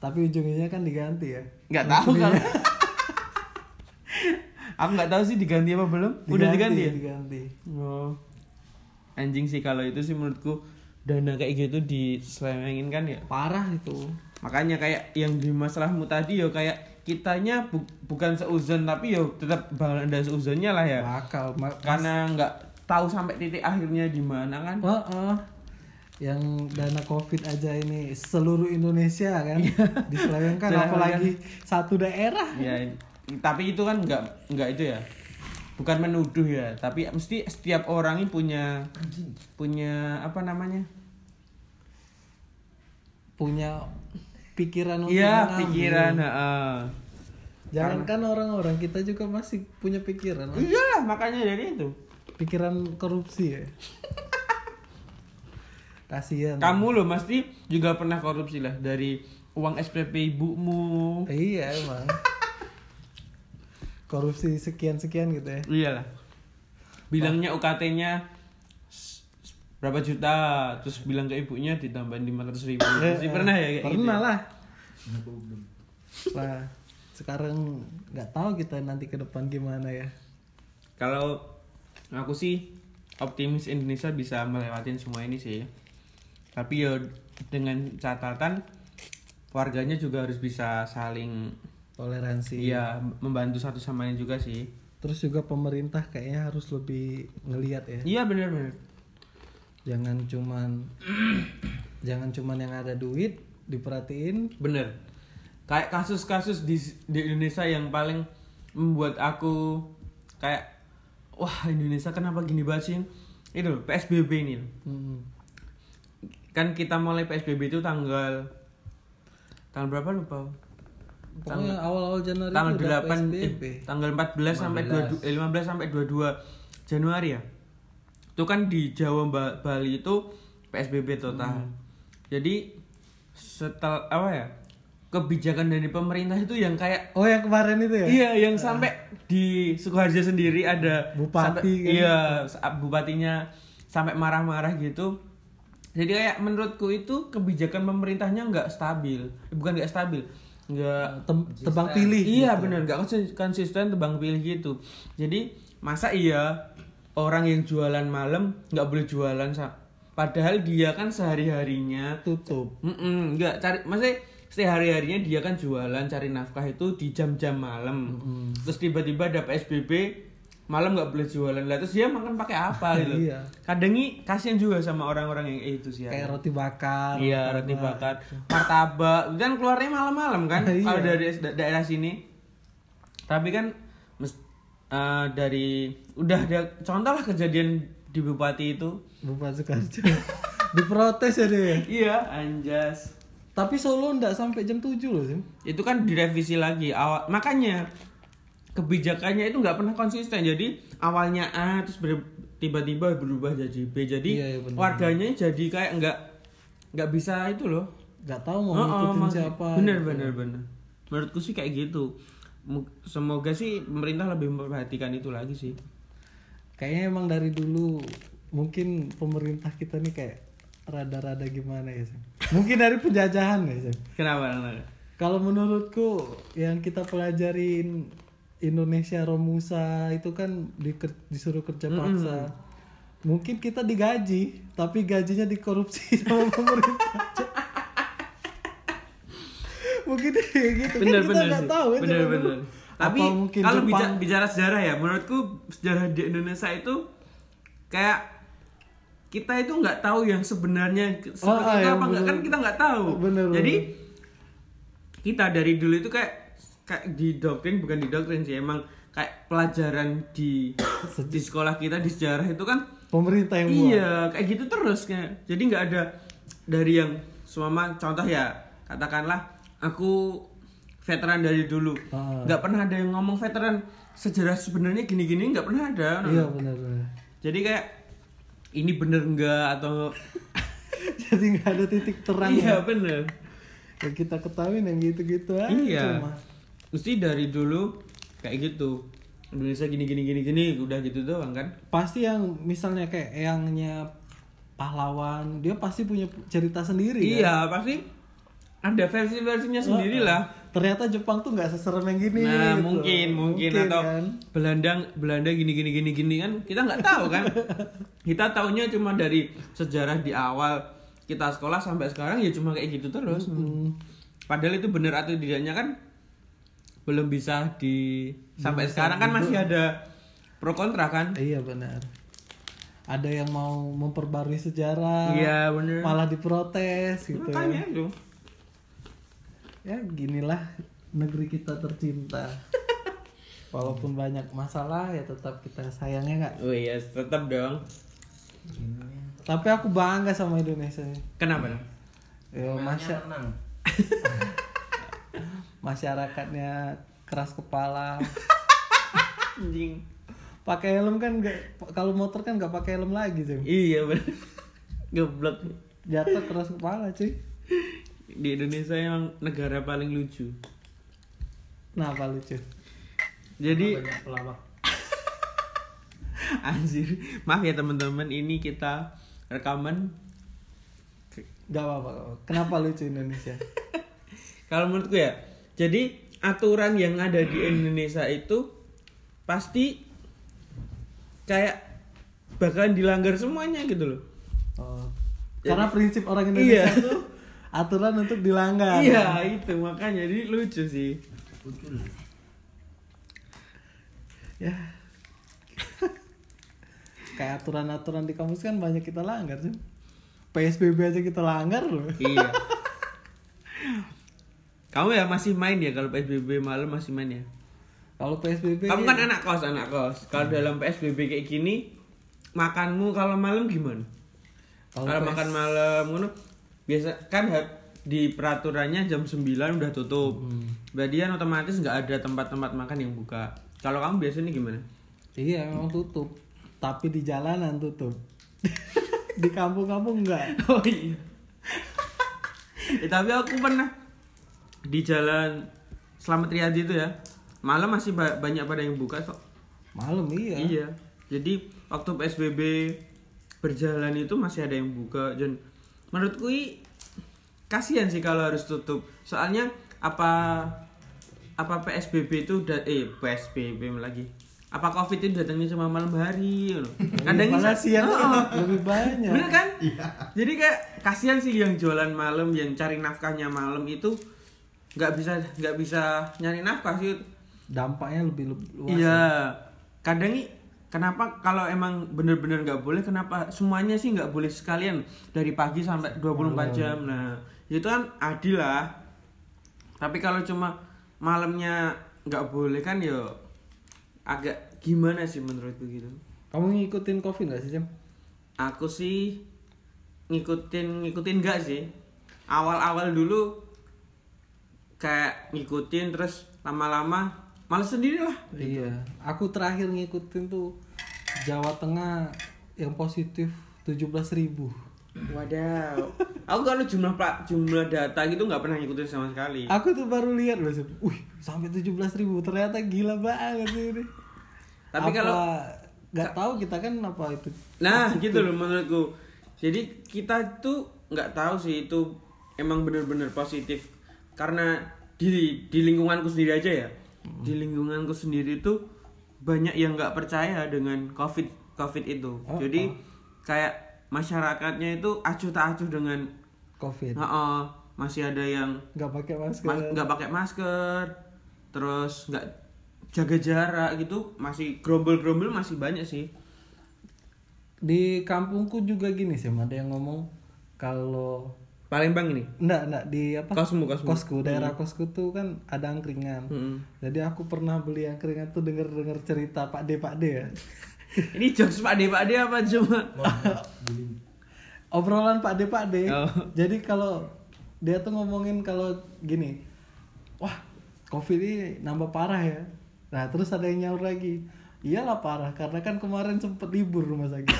[SPEAKER 1] tapi ujungnya kan diganti ya
[SPEAKER 2] Nggak tahu kalau. Aku nggak tahu sih diganti apa belum. Udah diganti ya?
[SPEAKER 1] diganti
[SPEAKER 2] Oh. Anjing sih kalau itu sih menurutku dana kayak gitu diselewengin kan ya.
[SPEAKER 1] parah itu
[SPEAKER 2] Makanya kayak yang di masalahmu tadi yo kayak kitanya bu- bukan seuzon tapi yo tetap bakal ada seuzonnya lah ya.
[SPEAKER 1] bakal ma-
[SPEAKER 2] Karena nggak tahu sampai titik akhirnya di mana kan.
[SPEAKER 1] Oh, oh. yang dana covid aja ini seluruh Indonesia kan
[SPEAKER 2] Iya.
[SPEAKER 1] diselewengkan
[SPEAKER 2] Selewengkan.
[SPEAKER 1] apalagi satu daerah
[SPEAKER 2] ya tapi itu kan nggak nggak itu ya bukan menuduh ya tapi mesti setiap orang ini punya punya apa namanya
[SPEAKER 1] punya pikiran untuk
[SPEAKER 2] iya
[SPEAKER 1] mengambil.
[SPEAKER 2] pikiran heeh.
[SPEAKER 1] jangankan orang-orang kita juga masih punya pikiran
[SPEAKER 2] iyalah makanya dari itu
[SPEAKER 1] pikiran korupsi ya kasihan
[SPEAKER 2] kamu loh pasti juga pernah korupsi lah dari uang SPP ibumu
[SPEAKER 1] iya emang korupsi sekian sekian gitu ya
[SPEAKER 2] iyalah Iya bilangnya UKT-nya s- s- berapa juta terus bilang ke ibunya ditambahin 500 ribu Pasti pernah ya kayak gitu
[SPEAKER 1] Eh, pernah
[SPEAKER 2] ya?
[SPEAKER 1] lah
[SPEAKER 3] Aku belum.
[SPEAKER 1] Nah, sekarang nggak tahu kita nanti ke depan gimana ya.
[SPEAKER 2] Kalau aku sih optimis Indonesia bisa melewatin semua ini sih. Tapi ya dengan catatan warganya juga harus bisa saling
[SPEAKER 1] toleransi
[SPEAKER 2] iya membantu satu sama lain juga sih
[SPEAKER 1] terus juga pemerintah kayaknya harus lebih ngelihat ya
[SPEAKER 2] iya benar-benar
[SPEAKER 1] jangan cuman jangan cuman yang ada duit diperhatiin
[SPEAKER 2] bener kayak kasus-kasus di, di Indonesia yang paling membuat aku kayak wah Indonesia kenapa gini banget sih itu loh, PSBB ini loh.
[SPEAKER 1] Mm.
[SPEAKER 2] kan kita mulai PSBB itu tanggal tanggal berapa lupa
[SPEAKER 1] pokoknya awal-awal Januari
[SPEAKER 2] tanggal
[SPEAKER 1] itu udah
[SPEAKER 2] 8 eh,
[SPEAKER 1] PSBB.
[SPEAKER 2] tanggal 14 sampai 22, eh, 15 sampai 22 Januari ya itu kan di Jawa Ba- Bali itu PSBB total jadi setelah apa ya kebijakan dari pemerintah itu yang kayak
[SPEAKER 1] oh yang kemarin itu ya
[SPEAKER 2] Iya, yang sampai di Sukoharjo sendiri ada
[SPEAKER 1] Bupati
[SPEAKER 2] sampai-
[SPEAKER 1] kan.
[SPEAKER 2] Iya, sa- bupatinya sampai marah-marah gitu. Jadi kayak menurutku itu kebijakan pemerintahnya nggak stabil, Eh, bukan nggak stabil, nggak
[SPEAKER 1] Tem- tebang pilih gitu.
[SPEAKER 2] Iya bener, nggak konsis- konsisten tebang pilih gitu. Jadi masa iya orang yang jualan malam nggak boleh jualan Sa? padahal dia kan sehari harinya
[SPEAKER 1] tutup
[SPEAKER 2] Mm-mm, enggak cari maksudnya sehari harinya dia kan jualan cari nafkah itu di jam-jam malam terus tiba-tiba ada psbb malam nggak boleh jualan lah terus dia makan pakai apa gitu
[SPEAKER 1] Iya.
[SPEAKER 2] kadang nih kasihan juga sama orang-orang yang itu sih ya.
[SPEAKER 1] kayak roti bakar
[SPEAKER 2] iya roti bakar martabak kan keluarnya malam-malam kan
[SPEAKER 1] Iya.
[SPEAKER 2] kalau dari da- daerah sini tapi kan mes- eh, dari udah ada contoh lah kejadian di bupati itu
[SPEAKER 1] Bapak Soekarjo diprotes ya deh
[SPEAKER 2] iya anjas
[SPEAKER 1] tapi Solo ndak sampai jam 7 loh Sim.
[SPEAKER 2] itu kan direvisi lagi awal makanya kebijakannya itu nggak pernah konsisten jadi awalnya A terus ber- tiba-tiba berubah jadi B jadi
[SPEAKER 1] Iya, iya, benar.
[SPEAKER 2] warganya jadi kayak nggak nggak bisa itu loh
[SPEAKER 1] nggak tahu mau
[SPEAKER 2] Oh, oh,
[SPEAKER 1] ngikutin
[SPEAKER 2] mak-
[SPEAKER 1] siapa gitu.
[SPEAKER 2] bener bener bener menurutku sih kayak gitu Mu- semoga sih pemerintah lebih memperhatikan itu lagi sih
[SPEAKER 1] kayaknya emang dari dulu mungkin pemerintah kita nih kayak rada-rada gimana ya Sim. mungkin dari penjajahan ya Sim.
[SPEAKER 2] kenapa kenapa?
[SPEAKER 1] Kalau menurutku yang kita pelajarin Indonesia Romusa itu kan diker- disuruh kerja paksa. Mungkin kita digaji, tapi gajinya dikorupsi sama pemerintah. mungkin kayak gitu kan
[SPEAKER 2] bener
[SPEAKER 1] kita
[SPEAKER 2] bener
[SPEAKER 1] nggak
[SPEAKER 2] sih.
[SPEAKER 1] tahu kan
[SPEAKER 2] bener
[SPEAKER 1] zaman dulu.
[SPEAKER 2] bener tapi
[SPEAKER 1] Apa mungkin
[SPEAKER 2] kalau
[SPEAKER 1] Jepang-
[SPEAKER 2] bicara, bicara sejarah ya menurutku sejarah di Indonesia itu kayak kita itu nggak tahu yang sebenarnya ke-
[SPEAKER 1] Oh,
[SPEAKER 2] seperti
[SPEAKER 1] ah,
[SPEAKER 2] itu
[SPEAKER 1] yang
[SPEAKER 2] apa nggak kan
[SPEAKER 1] bener.
[SPEAKER 2] kita nggak tahu
[SPEAKER 1] Bener, bener.
[SPEAKER 2] jadi kita dari dulu itu kayak kayak di doktrin bukan di doktrin sih emang kayak pelajaran di di sekolah kita di sejarah itu kan
[SPEAKER 1] pemerintah yang buat.
[SPEAKER 2] Iya, kayak gitu terus kayak. Jadi nggak ada dari yang selama contoh ya, katakanlah aku veteran dari dulu.
[SPEAKER 1] Ah.
[SPEAKER 2] Nggak pernah ada yang ngomong veteran sejarah sebenarnya gini-gini nggak pernah ada.
[SPEAKER 1] Iya benar benar.
[SPEAKER 2] Jadi kayak ini bener nggak atau
[SPEAKER 1] Jadi nggak ada titik terang
[SPEAKER 2] iya
[SPEAKER 1] ya.
[SPEAKER 2] bener.
[SPEAKER 1] Yang kita ketahuin yang gitu-gitu aja
[SPEAKER 2] Iya.
[SPEAKER 1] cuma.
[SPEAKER 2] Mesti dari dulu kayak gitu. Indonesia gini gini gini gini udah gitu doang kan.
[SPEAKER 1] pasti yang misalnya kayak eyangnya pahlawan dia pasti punya cerita sendiri kan?
[SPEAKER 2] Iya, pasti ada
[SPEAKER 1] Ah,
[SPEAKER 2] versi-versinya sendiri lah.
[SPEAKER 1] ternyata Jepang tuh nggak seserem yang gini
[SPEAKER 2] Nah
[SPEAKER 1] gitu.
[SPEAKER 2] mungkin, mungkin atau
[SPEAKER 1] kan?
[SPEAKER 2] Belanda Belanda gini gini gini gini kan kita nggak tahu kan kita taunya cuma dari sejarah di awal kita sekolah sampai sekarang ya cuma kayak gitu terus padahal itu bener atau tidaknya kan belum bisa di sampai sekarang kan
[SPEAKER 1] gitu.
[SPEAKER 2] masih ada pro kontra kan
[SPEAKER 1] iya benar ada yang mau memperbarui sejarah
[SPEAKER 2] iya bener
[SPEAKER 1] malah diprotes gitu ya.
[SPEAKER 2] makanya itu
[SPEAKER 1] ya ginilah negeri kita tercinta walaupun banyak masalah ya tetap kita sayangnya nggak
[SPEAKER 2] oh iya tetap dong
[SPEAKER 1] tapi aku bangga sama Indonesia
[SPEAKER 2] kenapa dong?
[SPEAKER 1] ya masya
[SPEAKER 3] menang
[SPEAKER 1] masyarakatnya keras kepala
[SPEAKER 2] anjing
[SPEAKER 1] pakai helm kan nggak kalau motor kan nggak pakai helm lagi sih
[SPEAKER 2] iya bener geblok
[SPEAKER 1] jatuh keras kepala cuy
[SPEAKER 2] di Indonesia emang negara paling lucu
[SPEAKER 1] kenapa lucu
[SPEAKER 2] Jadi
[SPEAKER 3] banyak pelawak
[SPEAKER 2] anjir, maaf ya teman-teman, ini kita rekaman.
[SPEAKER 1] nggak apa-apa nggak apa-apa. kenapa lucu Indonesia
[SPEAKER 2] Kalau menurutku ya, jadi aturan yang ada di Indonesia itu pasti kayak bakalan dilanggar semuanya gitu loh.
[SPEAKER 1] oh. karena prinsip orang Indonesia
[SPEAKER 2] Iya.
[SPEAKER 1] tuh aturan untuk dilanggar.
[SPEAKER 2] Iya itu makanya jadi lucu sih.
[SPEAKER 1] Ya. Kayak aturan-aturan di kampus kan banyak kita langgar sih. PSBB aja kita langgar loh.
[SPEAKER 2] iya. Kamu ya masih main ya kalau PSBB malam masih main ya.
[SPEAKER 1] Kalau PSBB
[SPEAKER 2] Kamu kan anak kos anak kos. Kalau dalam PSBB kayak gini makanmu kalau malam gimana?
[SPEAKER 1] Kalau
[SPEAKER 2] Kalau
[SPEAKER 1] PS
[SPEAKER 2] makan malam ngono biasa kan ha- di peraturannya jam 9 udah tutup. Berarti kan otomatis nggak ada tempat-tempat makan yang buka. Kalau kamu biasanya gimana?
[SPEAKER 1] Iya memang tutup. Tapi di jalanan tutup. di kampung-kampung enggak.
[SPEAKER 2] Oh iya. Eh, tapi aku pernah di jalan Slamet Riyadi itu ya. Malam masih ba- banyak pada yang buka kok.
[SPEAKER 1] Malam iya.
[SPEAKER 2] Iya. Jadi waktu PSBB berjalan itu masih ada yang buka dan menurutku i- kasihan sih kalau harus tutup. Soalnya apa apa PSBB itu udah eh PSBB lagi. Apa Covid itu datangnya cuma malam hari loh. Kadang
[SPEAKER 1] Malah
[SPEAKER 2] isa-
[SPEAKER 1] siang iya.
[SPEAKER 2] Oh.
[SPEAKER 1] lebih banyak.
[SPEAKER 2] Bener kan? Jadi kayak kasihan sih yang jualan malam, yang cari nafkahnya malam itu nggak bisa nggak bisa nyari nafkah sih.
[SPEAKER 1] Dampaknya lebih lu- luas. ya.
[SPEAKER 2] Iya. Kadang i- kenapa kalau emang bener-bener nggak boleh kenapa semuanya sih nggak boleh sekalian dari pagi sampai 24 jam. Nah, itu kan adil lah. Tapi kalau cuma malamnya nggak boleh kan ya agak gimana sih menurutku gitu.
[SPEAKER 1] Kamu ngikutin Covid gak sih, Jam?
[SPEAKER 2] Aku sih ngikutin ngikutin enggak sih. Awal-awal dulu kayak ngikutin terus lama-lama males sendiri lah.
[SPEAKER 1] Iya, aku terakhir ngikutin tuh Jawa Tengah yang positif 17.000 ribu.
[SPEAKER 2] Wadaw. Aku kalau jumlah pla- jumlah data gitu nggak pernah ngikutin sama sekali.
[SPEAKER 1] Aku tuh baru lihat loh, Sep. wih sampai 17.000 ribu ternyata gila banget sih ini.
[SPEAKER 2] Tapi
[SPEAKER 1] Apa-
[SPEAKER 2] kalau-
[SPEAKER 1] nggak tahu kita kan apa itu.
[SPEAKER 2] Nah, gitu loh menurutku. Jadi kita tuh nggak tahu sih itu emang bener-bener positif karena di di lingkunganku sendiri aja ya. Di
[SPEAKER 1] Hmm.
[SPEAKER 2] lingkunganku sendiri itu banyak yang nggak percaya dengan covid covid itu.
[SPEAKER 1] Oh,
[SPEAKER 2] Jadi kayak masyarakatnya itu acuh tak acuh dengan
[SPEAKER 1] Covid,
[SPEAKER 2] "Heeh, masih ada yang
[SPEAKER 1] nggak pakai masker.
[SPEAKER 2] Mas- nggak pakai masker terus nggak jaga jarak gitu masih gerombol gerombol masih banyak sih
[SPEAKER 1] Di kampungku juga gini sih, ada yang ngomong kalau
[SPEAKER 2] Palembang ini
[SPEAKER 1] enggak enggak di apa?
[SPEAKER 2] kosmu kosmu
[SPEAKER 1] Kosku, daerah kosku tuh kan ada angkringan.
[SPEAKER 2] Mm-mm.
[SPEAKER 1] Jadi aku pernah beli angkringan tuh denger-denger cerita Pak D Pak D ya.
[SPEAKER 2] ini jokes pak de pak de apa cuma
[SPEAKER 1] Obrolan Pak D Pak D.
[SPEAKER 2] Oh.
[SPEAKER 1] Jadi kalau dia tuh ngomongin kalau gini, wah covid ini nambah parah ya. Nah terus ada yang nyaur lagi, iyalah parah karena kan kemarin sempet libur rumah sakit.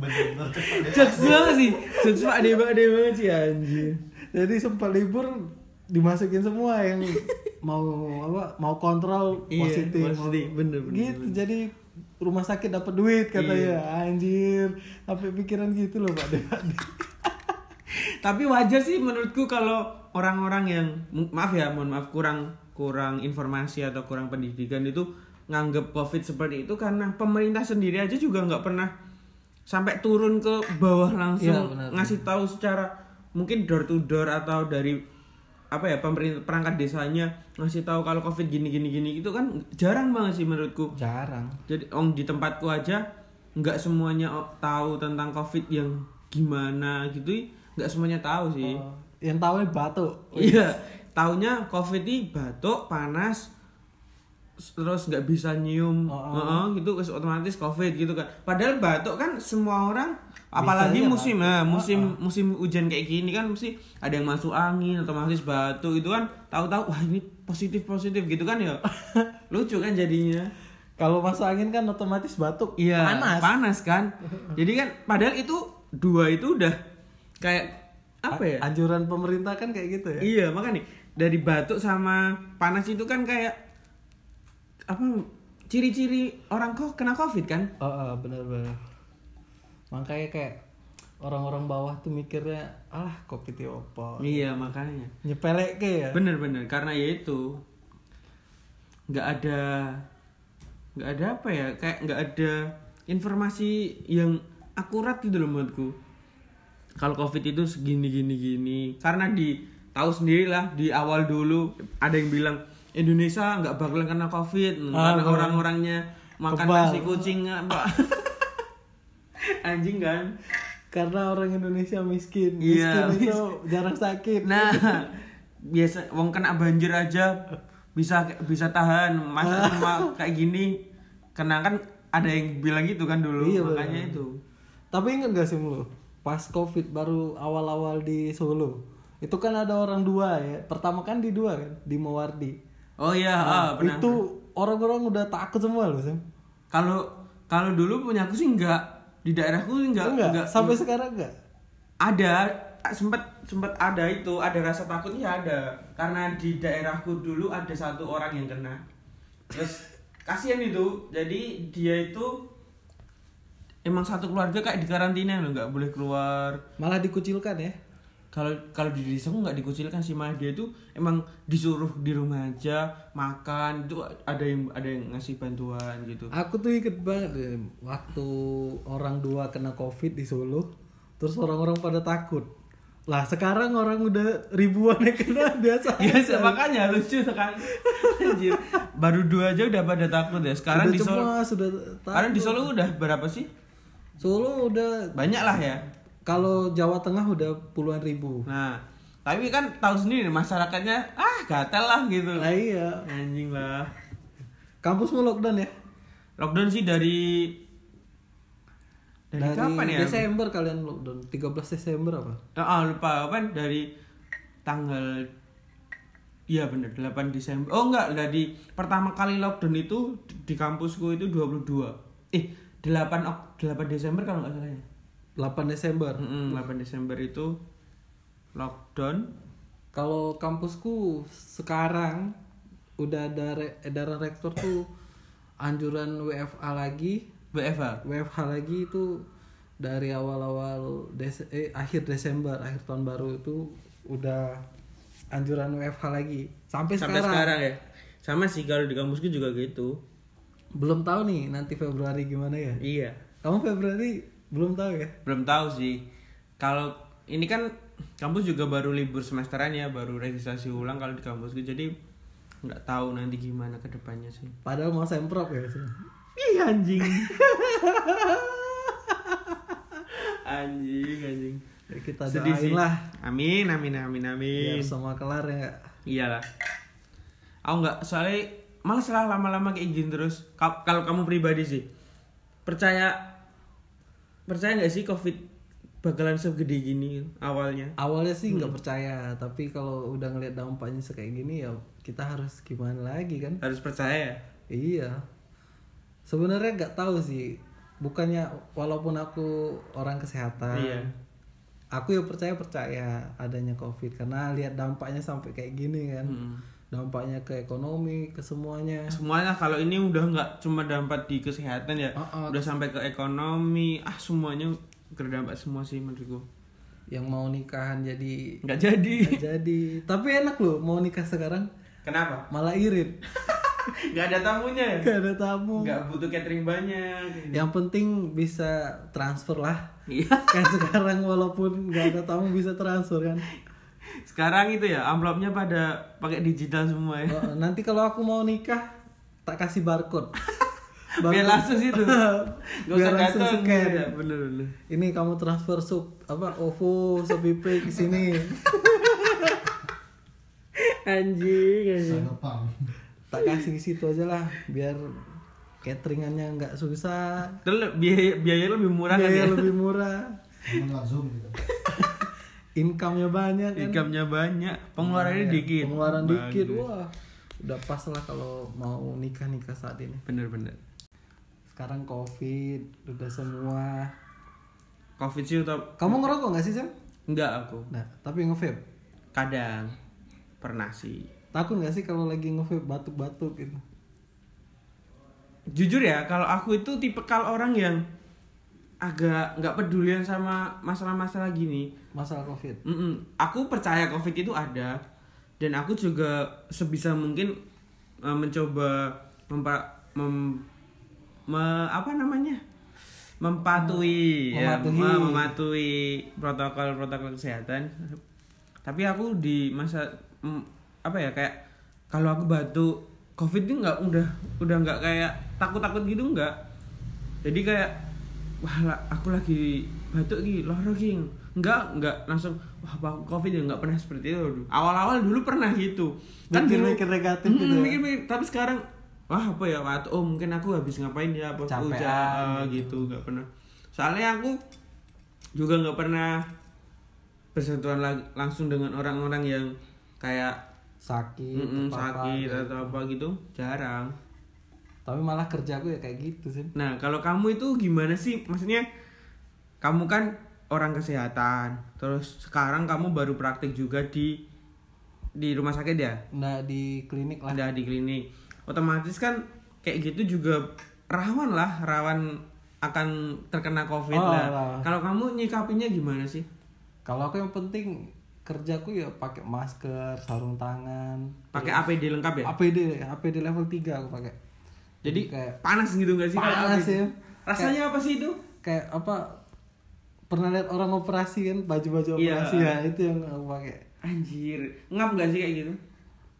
[SPEAKER 3] Bener-bener
[SPEAKER 2] jokes banget sih jokes pak de pak de banget sih anjir
[SPEAKER 1] Jadi sempet libur dimasukin semua yang mau apa mau kontrol
[SPEAKER 2] Iya,
[SPEAKER 1] positif, mau-
[SPEAKER 2] positif. Bener, bener, Iya.
[SPEAKER 1] gitu jadi rumah sakit dapat duit katanya anjir sampai pikiran gitu loh pak D Pak D.
[SPEAKER 2] tapi wajar sih menurutku kalau orang-orang yang mu- maaf ya mohon maaf kurang kurang informasi atau kurang pendidikan itu nganggep covid seperti itu karena pemerintah sendiri aja juga nggak pernah sampai turun ke bawah langsung
[SPEAKER 1] Iya, benar.
[SPEAKER 2] ngasih tahu secara mungkin door to door atau dari apa ya pemerintah perangkat desanya ngasih tahu kalau covid gini gini gini gitu kan jarang banget sih menurutku
[SPEAKER 1] jarang
[SPEAKER 2] jadi om di tempatku aja nggak semuanya o- tahu tentang covid yang gimana gitu nggak semuanya tahu sih
[SPEAKER 1] Oh, yang tahu ini batuk
[SPEAKER 2] iya taunya covid ini batuk panas s- terus nggak bisa nyium
[SPEAKER 1] Oh, oh.
[SPEAKER 2] Heeh, gitu terus otomatis covid gitu kan padahal batuk kan semua orang apalagi
[SPEAKER 1] aja
[SPEAKER 2] musim nah, musim musim hujan kayak gini kan mesti ada yang masuk angin otomatis batuk gitu kan tahu-tahu wah ini positif positif gitu kan ya lucu kan jadinya
[SPEAKER 1] kalau masuk angin kan otomatis batuk
[SPEAKER 2] Iya.
[SPEAKER 1] panas
[SPEAKER 2] kan. Jadi kan padahal itu dua itu udah kayak apa ya?
[SPEAKER 1] anjuran pemerintah kan kayak gitu ya
[SPEAKER 2] Iya, makanya dari batuk sama panas itu kan kayak apa ciri-ciri orang kok kena covid kan?
[SPEAKER 1] oh, oh, bener bener makanya kayak orang-orang bawah tuh mikirnya alah kopi opo
[SPEAKER 2] Iya, makanya.
[SPEAKER 1] nyepelek ke ya
[SPEAKER 2] Bener-bener karena ya itu nggak ada nggak ada apa ya kayak nggak ada informasi yang akurat gitu loh menurutku kalau covid itu segini gini gini karena di tahu sendirilah di awal dulu ada yang bilang Indonesia nggak bakalan kena covid
[SPEAKER 1] Ah,
[SPEAKER 2] karena
[SPEAKER 1] bener.
[SPEAKER 2] orang-orangnya makan
[SPEAKER 1] Kebal.
[SPEAKER 2] nasi kucing pak anjing kan
[SPEAKER 1] Karena orang Indonesia miskin, miskin
[SPEAKER 2] Iya,
[SPEAKER 1] itu jarang sakit.
[SPEAKER 2] nah biasa wong kena banjir aja bisa bisa tahan masa cuma kayak gini kena kan ada yang bilang gitu kan dulu
[SPEAKER 1] Iya,
[SPEAKER 2] makanya
[SPEAKER 1] bener.
[SPEAKER 2] itu
[SPEAKER 1] Tapi inget gak sih lu? Pas covid baru awal-awal di Solo, itu kan ada orang dua ya. Pertama kan di dua kan, di Mawardi.
[SPEAKER 2] oh iya ah,
[SPEAKER 1] Nah,
[SPEAKER 2] pernah
[SPEAKER 1] itu orang-orang udah takut semua loh, Sam.
[SPEAKER 2] kalau kalau dulu punya aku sih enggak di daerahku sih enggak
[SPEAKER 1] Enggak,
[SPEAKER 2] enggak
[SPEAKER 1] sampai sekarang enggak.
[SPEAKER 2] ada sempat sempat ada itu ada rasa takutnya ya ada karena di daerahku dulu ada satu orang yang kena terus kasihan itu jadi dia itu emang satu keluarga kayak di karantina loh nggak boleh keluar
[SPEAKER 1] Malah dikucilkan ya.
[SPEAKER 2] kalau kalau di desa aku nggak dikucilkan sih malah dia itu emang disuruh di rumah aja makan itu ada yang ada yang ngasih bantuan gitu
[SPEAKER 1] Aku tuh ikut banget eh, waktu orang dua kena covid di Solo, terus orang-orang pada takut. Lah sekarang orang udah ribuan yang kena biasa.
[SPEAKER 2] Ya se- makanya lucu sekali. Anjir. Baru dua aja udah pada takut ya. Sekarang
[SPEAKER 1] Udah
[SPEAKER 2] di Solo.
[SPEAKER 1] cemas, udah
[SPEAKER 2] Sekarang di
[SPEAKER 1] takut.
[SPEAKER 2] Solo udah berapa sih?
[SPEAKER 1] Solo udah
[SPEAKER 2] Banyak lah ya.
[SPEAKER 1] kalau Jawa Tengah udah puluhan ribu.
[SPEAKER 2] Nah, tapi kan tahu sendiri masyarakatnya ah gatel lah gitu.
[SPEAKER 1] Nah iya,
[SPEAKER 2] Anjing lah.
[SPEAKER 1] kampusmu lockdown ya?
[SPEAKER 2] Lockdown sih dari dari, kapan ya?
[SPEAKER 1] Desember kalian lockdown. 13 Desember apa?
[SPEAKER 2] Ah, ah, lupa kapan dari tanggal Iya bener 8 Desember. Oh enggak, dari pertama kali lockdown itu di kampusku itu 22. Eh, 8 Ok- 8 Desember kalau nggak salah ya.
[SPEAKER 1] 8 Desember.
[SPEAKER 2] Mm-mm, 8 Desember itu lockdown.
[SPEAKER 1] Kalau kampusku sekarang udah ada re- edaran rektor tuh anjuran WFA lagi,
[SPEAKER 2] WFH.
[SPEAKER 1] WFH lagi itu dari awal-awal Des- eh, akhir Desember, akhir tahun baru itu udah anjuran WFH lagi. Sampai,
[SPEAKER 2] Sampai
[SPEAKER 1] sekarang.
[SPEAKER 2] sekarang ya. Sama sih kalau di kampusku juga gitu.
[SPEAKER 1] Belum tahu nih nanti Februari gimana ya.
[SPEAKER 2] Iya.
[SPEAKER 1] Kamu Februari belum tahu ya?
[SPEAKER 2] Belum tahu sih. Kalau ini kan kampus juga baru libur semesteran ya, baru registrasi ulang kalau di kampusku. Jadi nggak tahu nanti gimana ke depannya sih.
[SPEAKER 1] Padahal mau semprot ya sih.
[SPEAKER 2] Ih anjing. anjing, anjing.
[SPEAKER 1] Ya, Kita
[SPEAKER 2] Sedih sih.
[SPEAKER 1] doain
[SPEAKER 2] Iya.
[SPEAKER 1] lah
[SPEAKER 2] Amin, amin, amin, amin.
[SPEAKER 1] biar semua kelar ya nggak?
[SPEAKER 2] Iyalah. Aku nggak soalnya malah salah lama-lama kayak gini terus. Ka- Kalau kamu pribadi sih percaya percaya nggak sih covid bakalan segede gini awalnya?
[SPEAKER 1] Awalnya sih nggak
[SPEAKER 2] Hmm.
[SPEAKER 1] percaya, tapi kalau udah ngeliat dampaknya kayak gini ya kita harus gimana lagi kan?
[SPEAKER 2] Harus percaya. ya?
[SPEAKER 1] Iya. Sebenarnya nggak tahu sih. Bukannya walaupun aku orang kesehatan,
[SPEAKER 2] Iya.
[SPEAKER 1] aku ya percaya percaya adanya covid karena lihat dampaknya sampai kayak gini kan.
[SPEAKER 2] Hmm.
[SPEAKER 1] Dampaknya ke ekonomi, ke semuanya.
[SPEAKER 2] Semuanya kalau ini udah nggak cuma dampak di kesehatan ya,
[SPEAKER 1] Uh-uh.
[SPEAKER 2] udah sampai ke ekonomi, ah semuanya berdampak semua sih menurutku.
[SPEAKER 1] Yang mau nikahan jadi
[SPEAKER 2] Nggak jadi.
[SPEAKER 1] Nggak jadi tapi enak loh mau nikah sekarang
[SPEAKER 2] Kenapa?
[SPEAKER 1] malah irit
[SPEAKER 2] Nggak ada tamunya ya?
[SPEAKER 1] gak ada tamu
[SPEAKER 2] Nggak butuh catering banyak.
[SPEAKER 1] yang penting bisa transfer lah
[SPEAKER 2] Iya.
[SPEAKER 1] kan sekarang walaupun gak ada tamu bisa transfer kan
[SPEAKER 2] Sekarang itu ya amplopnya pada pakai digital semua ya.
[SPEAKER 1] Oh, nanti kalau aku mau nikah tak kasih barcode
[SPEAKER 2] Biar langsung situ. Gak
[SPEAKER 1] biar
[SPEAKER 2] usah
[SPEAKER 1] langsung
[SPEAKER 2] datang.
[SPEAKER 1] scan
[SPEAKER 2] Iya, bener bener.
[SPEAKER 1] ini kamu transfer sub apa ovo ShopeePay ke sini
[SPEAKER 2] Anjing, anjing.
[SPEAKER 3] Sanepang.
[SPEAKER 1] tak kasih di situ aja lah biar cateringannya nggak susah
[SPEAKER 2] Terus le- biaya biaya lebih murah kan ya.
[SPEAKER 1] biaya lebih murah
[SPEAKER 3] Ngomong langsung gitu.
[SPEAKER 1] income-nya banyak kan Iya,
[SPEAKER 2] Income-nya banyak, pengeluarannya dikit.
[SPEAKER 1] pengeluaran
[SPEAKER 2] Bagus.
[SPEAKER 1] dikit wah udah pas lah kalau mau nikah nikah saat ini
[SPEAKER 2] Bener bener.
[SPEAKER 1] sekarang covid udah semua
[SPEAKER 2] Covid sih utap
[SPEAKER 1] kamu ngerokok nggak sih Sam?
[SPEAKER 2] enggak aku.
[SPEAKER 1] Nah, tapi ngevape
[SPEAKER 2] Kadang pernah sih.
[SPEAKER 1] takut nggak sih kalau lagi ngevape batuk-batuk gitu
[SPEAKER 2] Jujur ya, kalau aku itu tipikal orang yang agak nggak pedulian sama masalah-masalah gini.
[SPEAKER 1] masalah covid
[SPEAKER 2] Mm-mm. Aku percaya COVID itu ada dan aku juga sebisa mungkin eh, mencoba memper mem- me- apa namanya mempatuhi ya,
[SPEAKER 1] Mematuhi.
[SPEAKER 2] mem- mematuhi protokol-protokol kesehatan. Tapi aku di masa mm, apa ya kayak kalau aku batuk COVID ini nggak udah udah nggak kayak takut-takut gitu nggak. Jadi kayak wah la- aku lagi batuk ki loro ki nggak nggak langsung wah apa aku covid ya nggak pernah seperti itu awal-awal dulu pernah gitu dulu-
[SPEAKER 1] Mikir-mikir negatif gitu
[SPEAKER 2] Mm-mm,
[SPEAKER 1] ya.
[SPEAKER 2] mikir-mikir. tapi sekarang wah apa ya waktu oh mungkin aku habis ngapain ya apa aku
[SPEAKER 1] Capean
[SPEAKER 2] ja- gitu nggak pernah soalnya aku juga nggak pernah bersentuhan lang- langsung dengan orang-orang yang kayak
[SPEAKER 1] sakit,
[SPEAKER 2] mm-mm,
[SPEAKER 1] apa-apa
[SPEAKER 2] sakit
[SPEAKER 1] gitu.
[SPEAKER 2] atau apa gitu jarang
[SPEAKER 1] tapi malah kerja aku ya kayak gitu sih
[SPEAKER 2] nah kalau kamu itu gimana sih maksudnya kamu kan orang kesehatan terus sekarang kamu baru praktik juga di di rumah sakit ya
[SPEAKER 1] nggak di klinik lah
[SPEAKER 2] ada di klinik otomatis kan kayak gitu juga rawan lah rawan akan terkena covid
[SPEAKER 1] Oh,
[SPEAKER 2] lah
[SPEAKER 1] rawan.
[SPEAKER 2] kalau kamu nyikapinya gimana sih
[SPEAKER 1] kalau aku yang penting kerjaku ya pakai masker sarung tangan
[SPEAKER 2] pakai APD lengkap ya
[SPEAKER 1] APD APD level 3 aku pakai
[SPEAKER 2] jadi
[SPEAKER 1] kayak
[SPEAKER 2] panas gitu nggak sih kalau
[SPEAKER 1] Panas
[SPEAKER 2] APD?
[SPEAKER 1] ya.
[SPEAKER 2] rasanya apa sih itu
[SPEAKER 1] kayak apa pernah lihat orang operasi kan baju-baju
[SPEAKER 2] Iya.
[SPEAKER 1] operasi ya itu yang aku pakai
[SPEAKER 2] anjir ngap nggak sih kayak gitu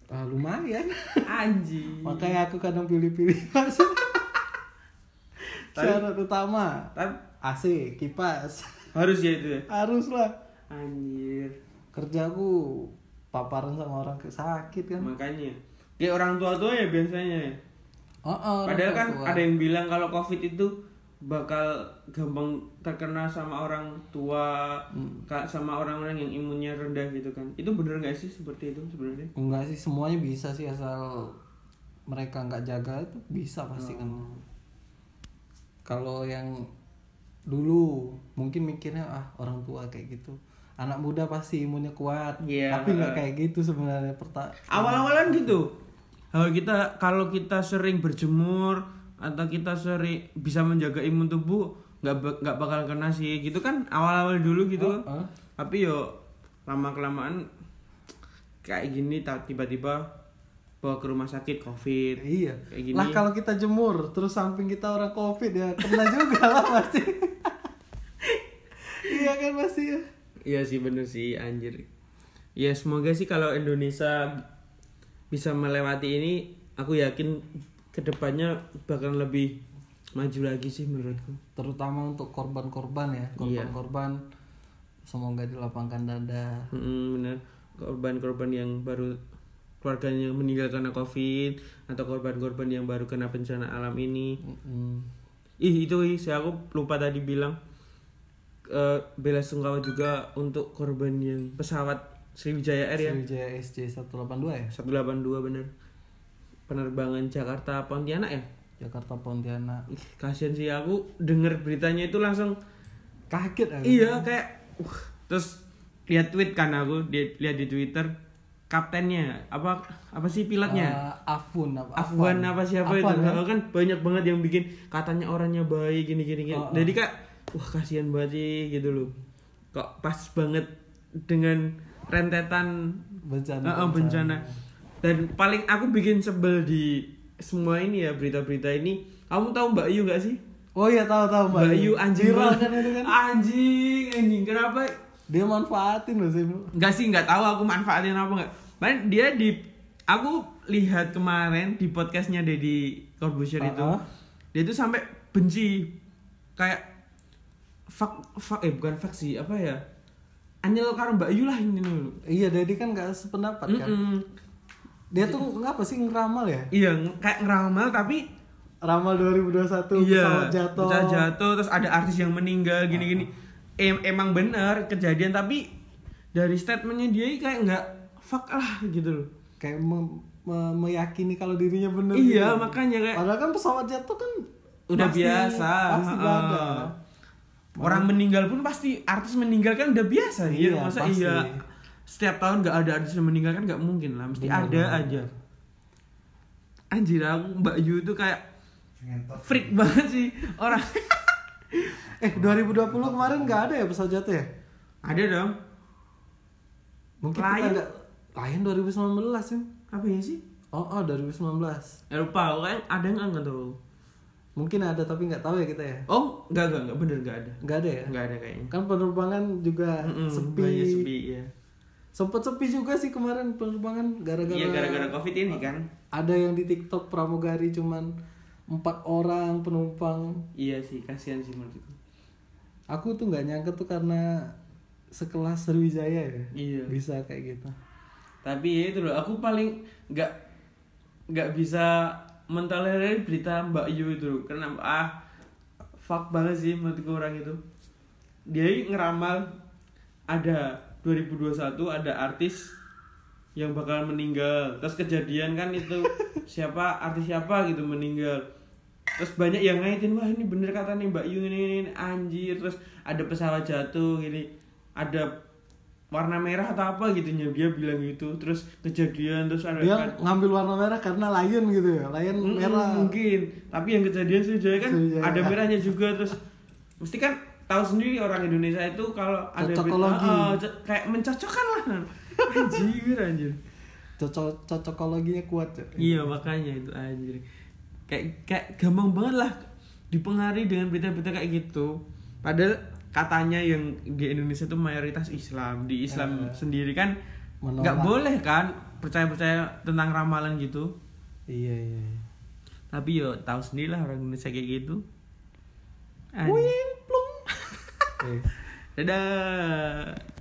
[SPEAKER 1] Ah, lumayan
[SPEAKER 2] Iya. anjir
[SPEAKER 1] makanya aku kadang pilih-pilih masuk syarat utama
[SPEAKER 2] tapi
[SPEAKER 1] AC kipas
[SPEAKER 2] harus ya itu ya
[SPEAKER 1] haruslah
[SPEAKER 2] anjir
[SPEAKER 1] kerjaku paparan sama orang ke- sakit kan
[SPEAKER 2] makanya kayak orang tua tua ya biasanya ya
[SPEAKER 1] oh, oh, orang
[SPEAKER 2] Padahal kan
[SPEAKER 1] tua.
[SPEAKER 2] ada yang bilang kalau COVID itu bakal gampang terkena sama orang tua, ka- sama orang-orang yang imunnya rendah gitu kan. Itu bener nggak sih seperti itu sebenarnya?
[SPEAKER 1] enggak sih semuanya bisa sih asal mereka nggak jaga itu bisa pasti kan kalau yang dulu mungkin mikirnya ah orang tua kayak gitu anak muda pasti imunnya kuat
[SPEAKER 2] Iya.
[SPEAKER 1] tapi nggak kayak gitu sebenarnya perta
[SPEAKER 2] Awal-awalan gitu. Kalau kita kalau kita sering berjemur atau kita sering bisa menjaga imun tubuh nggak ba- nggak bakal kena sih gitu kan awal-awal dulu gitu. kan.
[SPEAKER 1] Heeh.
[SPEAKER 2] Tapi yo lama kelamaan kayak gini ta- tiba-tiba bawa ke rumah sakit COVID.
[SPEAKER 1] iya
[SPEAKER 2] Kayak gini.
[SPEAKER 1] lah kalau kita jemur terus samping kita orang covid ya kena juga lah pasti iya kan pasti ya
[SPEAKER 2] Iya sih bener sih anjir. Ya semoga sih kalau Indonesia bisa melewati ini, aku yakin kedepannya bakal lebih maju lagi sih menurutku.
[SPEAKER 1] terutama untuk korban-korban
[SPEAKER 2] Iya.
[SPEAKER 1] ya korban-korban semoga dilapangkan dada
[SPEAKER 2] Mm, bener korban-korban yang baru keluarganya yang meninggal karena covid atau korban-korban yang baru kena bencana alam ini.
[SPEAKER 1] Mm-mm.
[SPEAKER 2] Ih itu ih, saya aku lupa tadi bilang eh bela sungkawa juga untuk korban yang pesawat Sriwijaya Air ya.
[SPEAKER 1] Sriwijaya SJ 182 ya
[SPEAKER 2] 182 bener penerbangan Jakarta Pontianak ya
[SPEAKER 1] Jakarta Pontianak
[SPEAKER 2] Ih, kasihan sih aku denger beritanya itu langsung
[SPEAKER 1] kaget aku.
[SPEAKER 2] iya kayak uh, terus lihat tweet kan aku di- lihat di Twitter kaptennya apa apa sih pilotnya
[SPEAKER 1] Eh, Afun apa
[SPEAKER 2] Afwan apa siapa
[SPEAKER 1] Afwan, kan?
[SPEAKER 2] itu kan? kan banyak banget yang bikin katanya orangnya baik gini gini, gini.
[SPEAKER 1] Oh, oh.
[SPEAKER 2] jadi kayak wah kasihan banget sih gitu loh kok pas banget dengan rentetan
[SPEAKER 1] bencana
[SPEAKER 2] Heeh, bencana. Dan paling aku bikin sebel di semua ini ya berita-berita ini. Kamu tahu Mbak Yu gak sih?
[SPEAKER 1] oh iya tahu tahu
[SPEAKER 2] Mbak Yu anjing Ah.
[SPEAKER 1] Viral
[SPEAKER 2] banget.
[SPEAKER 1] kan itu kan
[SPEAKER 2] Anjing, anjing kenapa?
[SPEAKER 1] dia manfaatin loh sih Bro.
[SPEAKER 2] Enggak sih, nggak tahu aku manfaatin apa nggak. Paling dia di aku lihat kemarin di podcastnya Deddy Corbuzier itu.
[SPEAKER 1] Heeh.
[SPEAKER 2] Dia tuh sampai benci kayak fuck, fuck eh bukan fuck sih, apa ya? Anyel karo Mbak Yu lah ini loh.
[SPEAKER 1] iya Dedi kan gak sependapat kan
[SPEAKER 2] Mm-mm.
[SPEAKER 1] dia tuh ngapa sih ngeramal ya
[SPEAKER 2] Iya, kayak ngeramal tapi
[SPEAKER 1] ramal 2021 pesawat jatuh
[SPEAKER 2] Iya, pesawat jatuh, terus ada artis yang meninggal gini-gini. Em- emang bener kejadian tapi dari statementnya dia ini kayak nggak fuck lah gitu loh.
[SPEAKER 1] kayak me- me- meyakini kalau dirinya bener
[SPEAKER 2] iya
[SPEAKER 1] gitu.
[SPEAKER 2] makanya kayak
[SPEAKER 1] padahal kan pesawat jatuh kan
[SPEAKER 2] udah
[SPEAKER 1] pasti-
[SPEAKER 2] biasa.
[SPEAKER 1] pasti
[SPEAKER 2] heeh.
[SPEAKER 1] ada
[SPEAKER 2] Orang meninggal pun pasti artis meninggal kan udah biasa
[SPEAKER 1] Iya,
[SPEAKER 2] gitu. Masa
[SPEAKER 1] pasti.
[SPEAKER 2] iya setiap tahun nggak ada artis yang meninggal kan nggak mungkin lah, mesti
[SPEAKER 1] Bener,
[SPEAKER 2] ada
[SPEAKER 1] bener.
[SPEAKER 2] aja. Anjir aku Mbak Yu itu kayak
[SPEAKER 3] Ngentot.
[SPEAKER 2] freak banget sih orang.
[SPEAKER 1] eh 2020 kemarin nggak ada ya pesawat jatuh ya
[SPEAKER 2] ada dong.
[SPEAKER 1] mungkin
[SPEAKER 2] Lion.
[SPEAKER 1] kita nggak lain 2019 ya
[SPEAKER 2] Apa ya sih?
[SPEAKER 1] oh oh 2019
[SPEAKER 2] Ya lupa, aku kan ada nggak nggak tuh?
[SPEAKER 1] Mungkin ada tapi nggak tahu ya kita ya.
[SPEAKER 2] Oh, enggak enggak enggak bener enggak ada.
[SPEAKER 1] Nggak ada ya.
[SPEAKER 2] Enggak ada kayaknya.
[SPEAKER 1] Kan penerbangan juga
[SPEAKER 2] Mm-mm,
[SPEAKER 1] sepi.
[SPEAKER 2] banyak sepi ya.
[SPEAKER 1] Sempet sepi juga sih kemarin penerbangan gara-gara
[SPEAKER 2] Iya gara-gara Covid ini kan.
[SPEAKER 1] ada yang di TikTok pramugari cuman empat orang penumpang.
[SPEAKER 2] Iya sih, kasihan sih menurutku.
[SPEAKER 1] Aku tuh nggak nyangka tuh karena sekelas Sriwijaya ya.
[SPEAKER 2] Iya.
[SPEAKER 1] Bisa kayak gitu.
[SPEAKER 2] Tapi ya itu loh, aku paling nggak nggak bisa mentolerir berita Mbak Yu itu loh. Karena ah fuck banget sih menurutku orang itu. Dia ngeramal ada 2021 ada artis yang bakal meninggal. Terus kejadian kan itu siapa artis siapa gitu meninggal. Terus banyak yang ngaitin wah ini bener kata nih Mbak Yu ini, ini, ini, anjir. Terus ada pesawat jatuh gini. Ada warna merah atau apa gitu nya dia bilang gitu. Terus kejadian terus ada kan
[SPEAKER 1] Dia ngambil warna merah karena lion gitu ya. Lion
[SPEAKER 2] Iya. Mm-mm,
[SPEAKER 1] merah. iya.
[SPEAKER 2] mungkin tapi yang kejadian Sriwijaya kan
[SPEAKER 1] Sriwijaya.
[SPEAKER 2] ada merahnya juga terus mesti kan tahu sendiri orang Indonesia itu kalau ada berita,
[SPEAKER 1] Cocokologi.
[SPEAKER 2] ah, co- kayak mencocokkan lah anjir anjir
[SPEAKER 1] Cocok cocokologinya kuat ya.
[SPEAKER 2] iya makanya itu anjir kayak kayak gampang banget lah dipengaruhi dengan berita-berita kayak gitu padahal katanya yang di Indonesia itu mayoritas Islam di Islam
[SPEAKER 1] Eh.
[SPEAKER 2] sendiri kan
[SPEAKER 1] Menolak.
[SPEAKER 2] nggak boleh kan percaya-percaya tentang ramalan gitu
[SPEAKER 1] Iya iya.
[SPEAKER 2] tapi yo tahu sendiri lah orang Indonesia kayak gitu An-
[SPEAKER 1] Wing plung. Eh,
[SPEAKER 2] dadah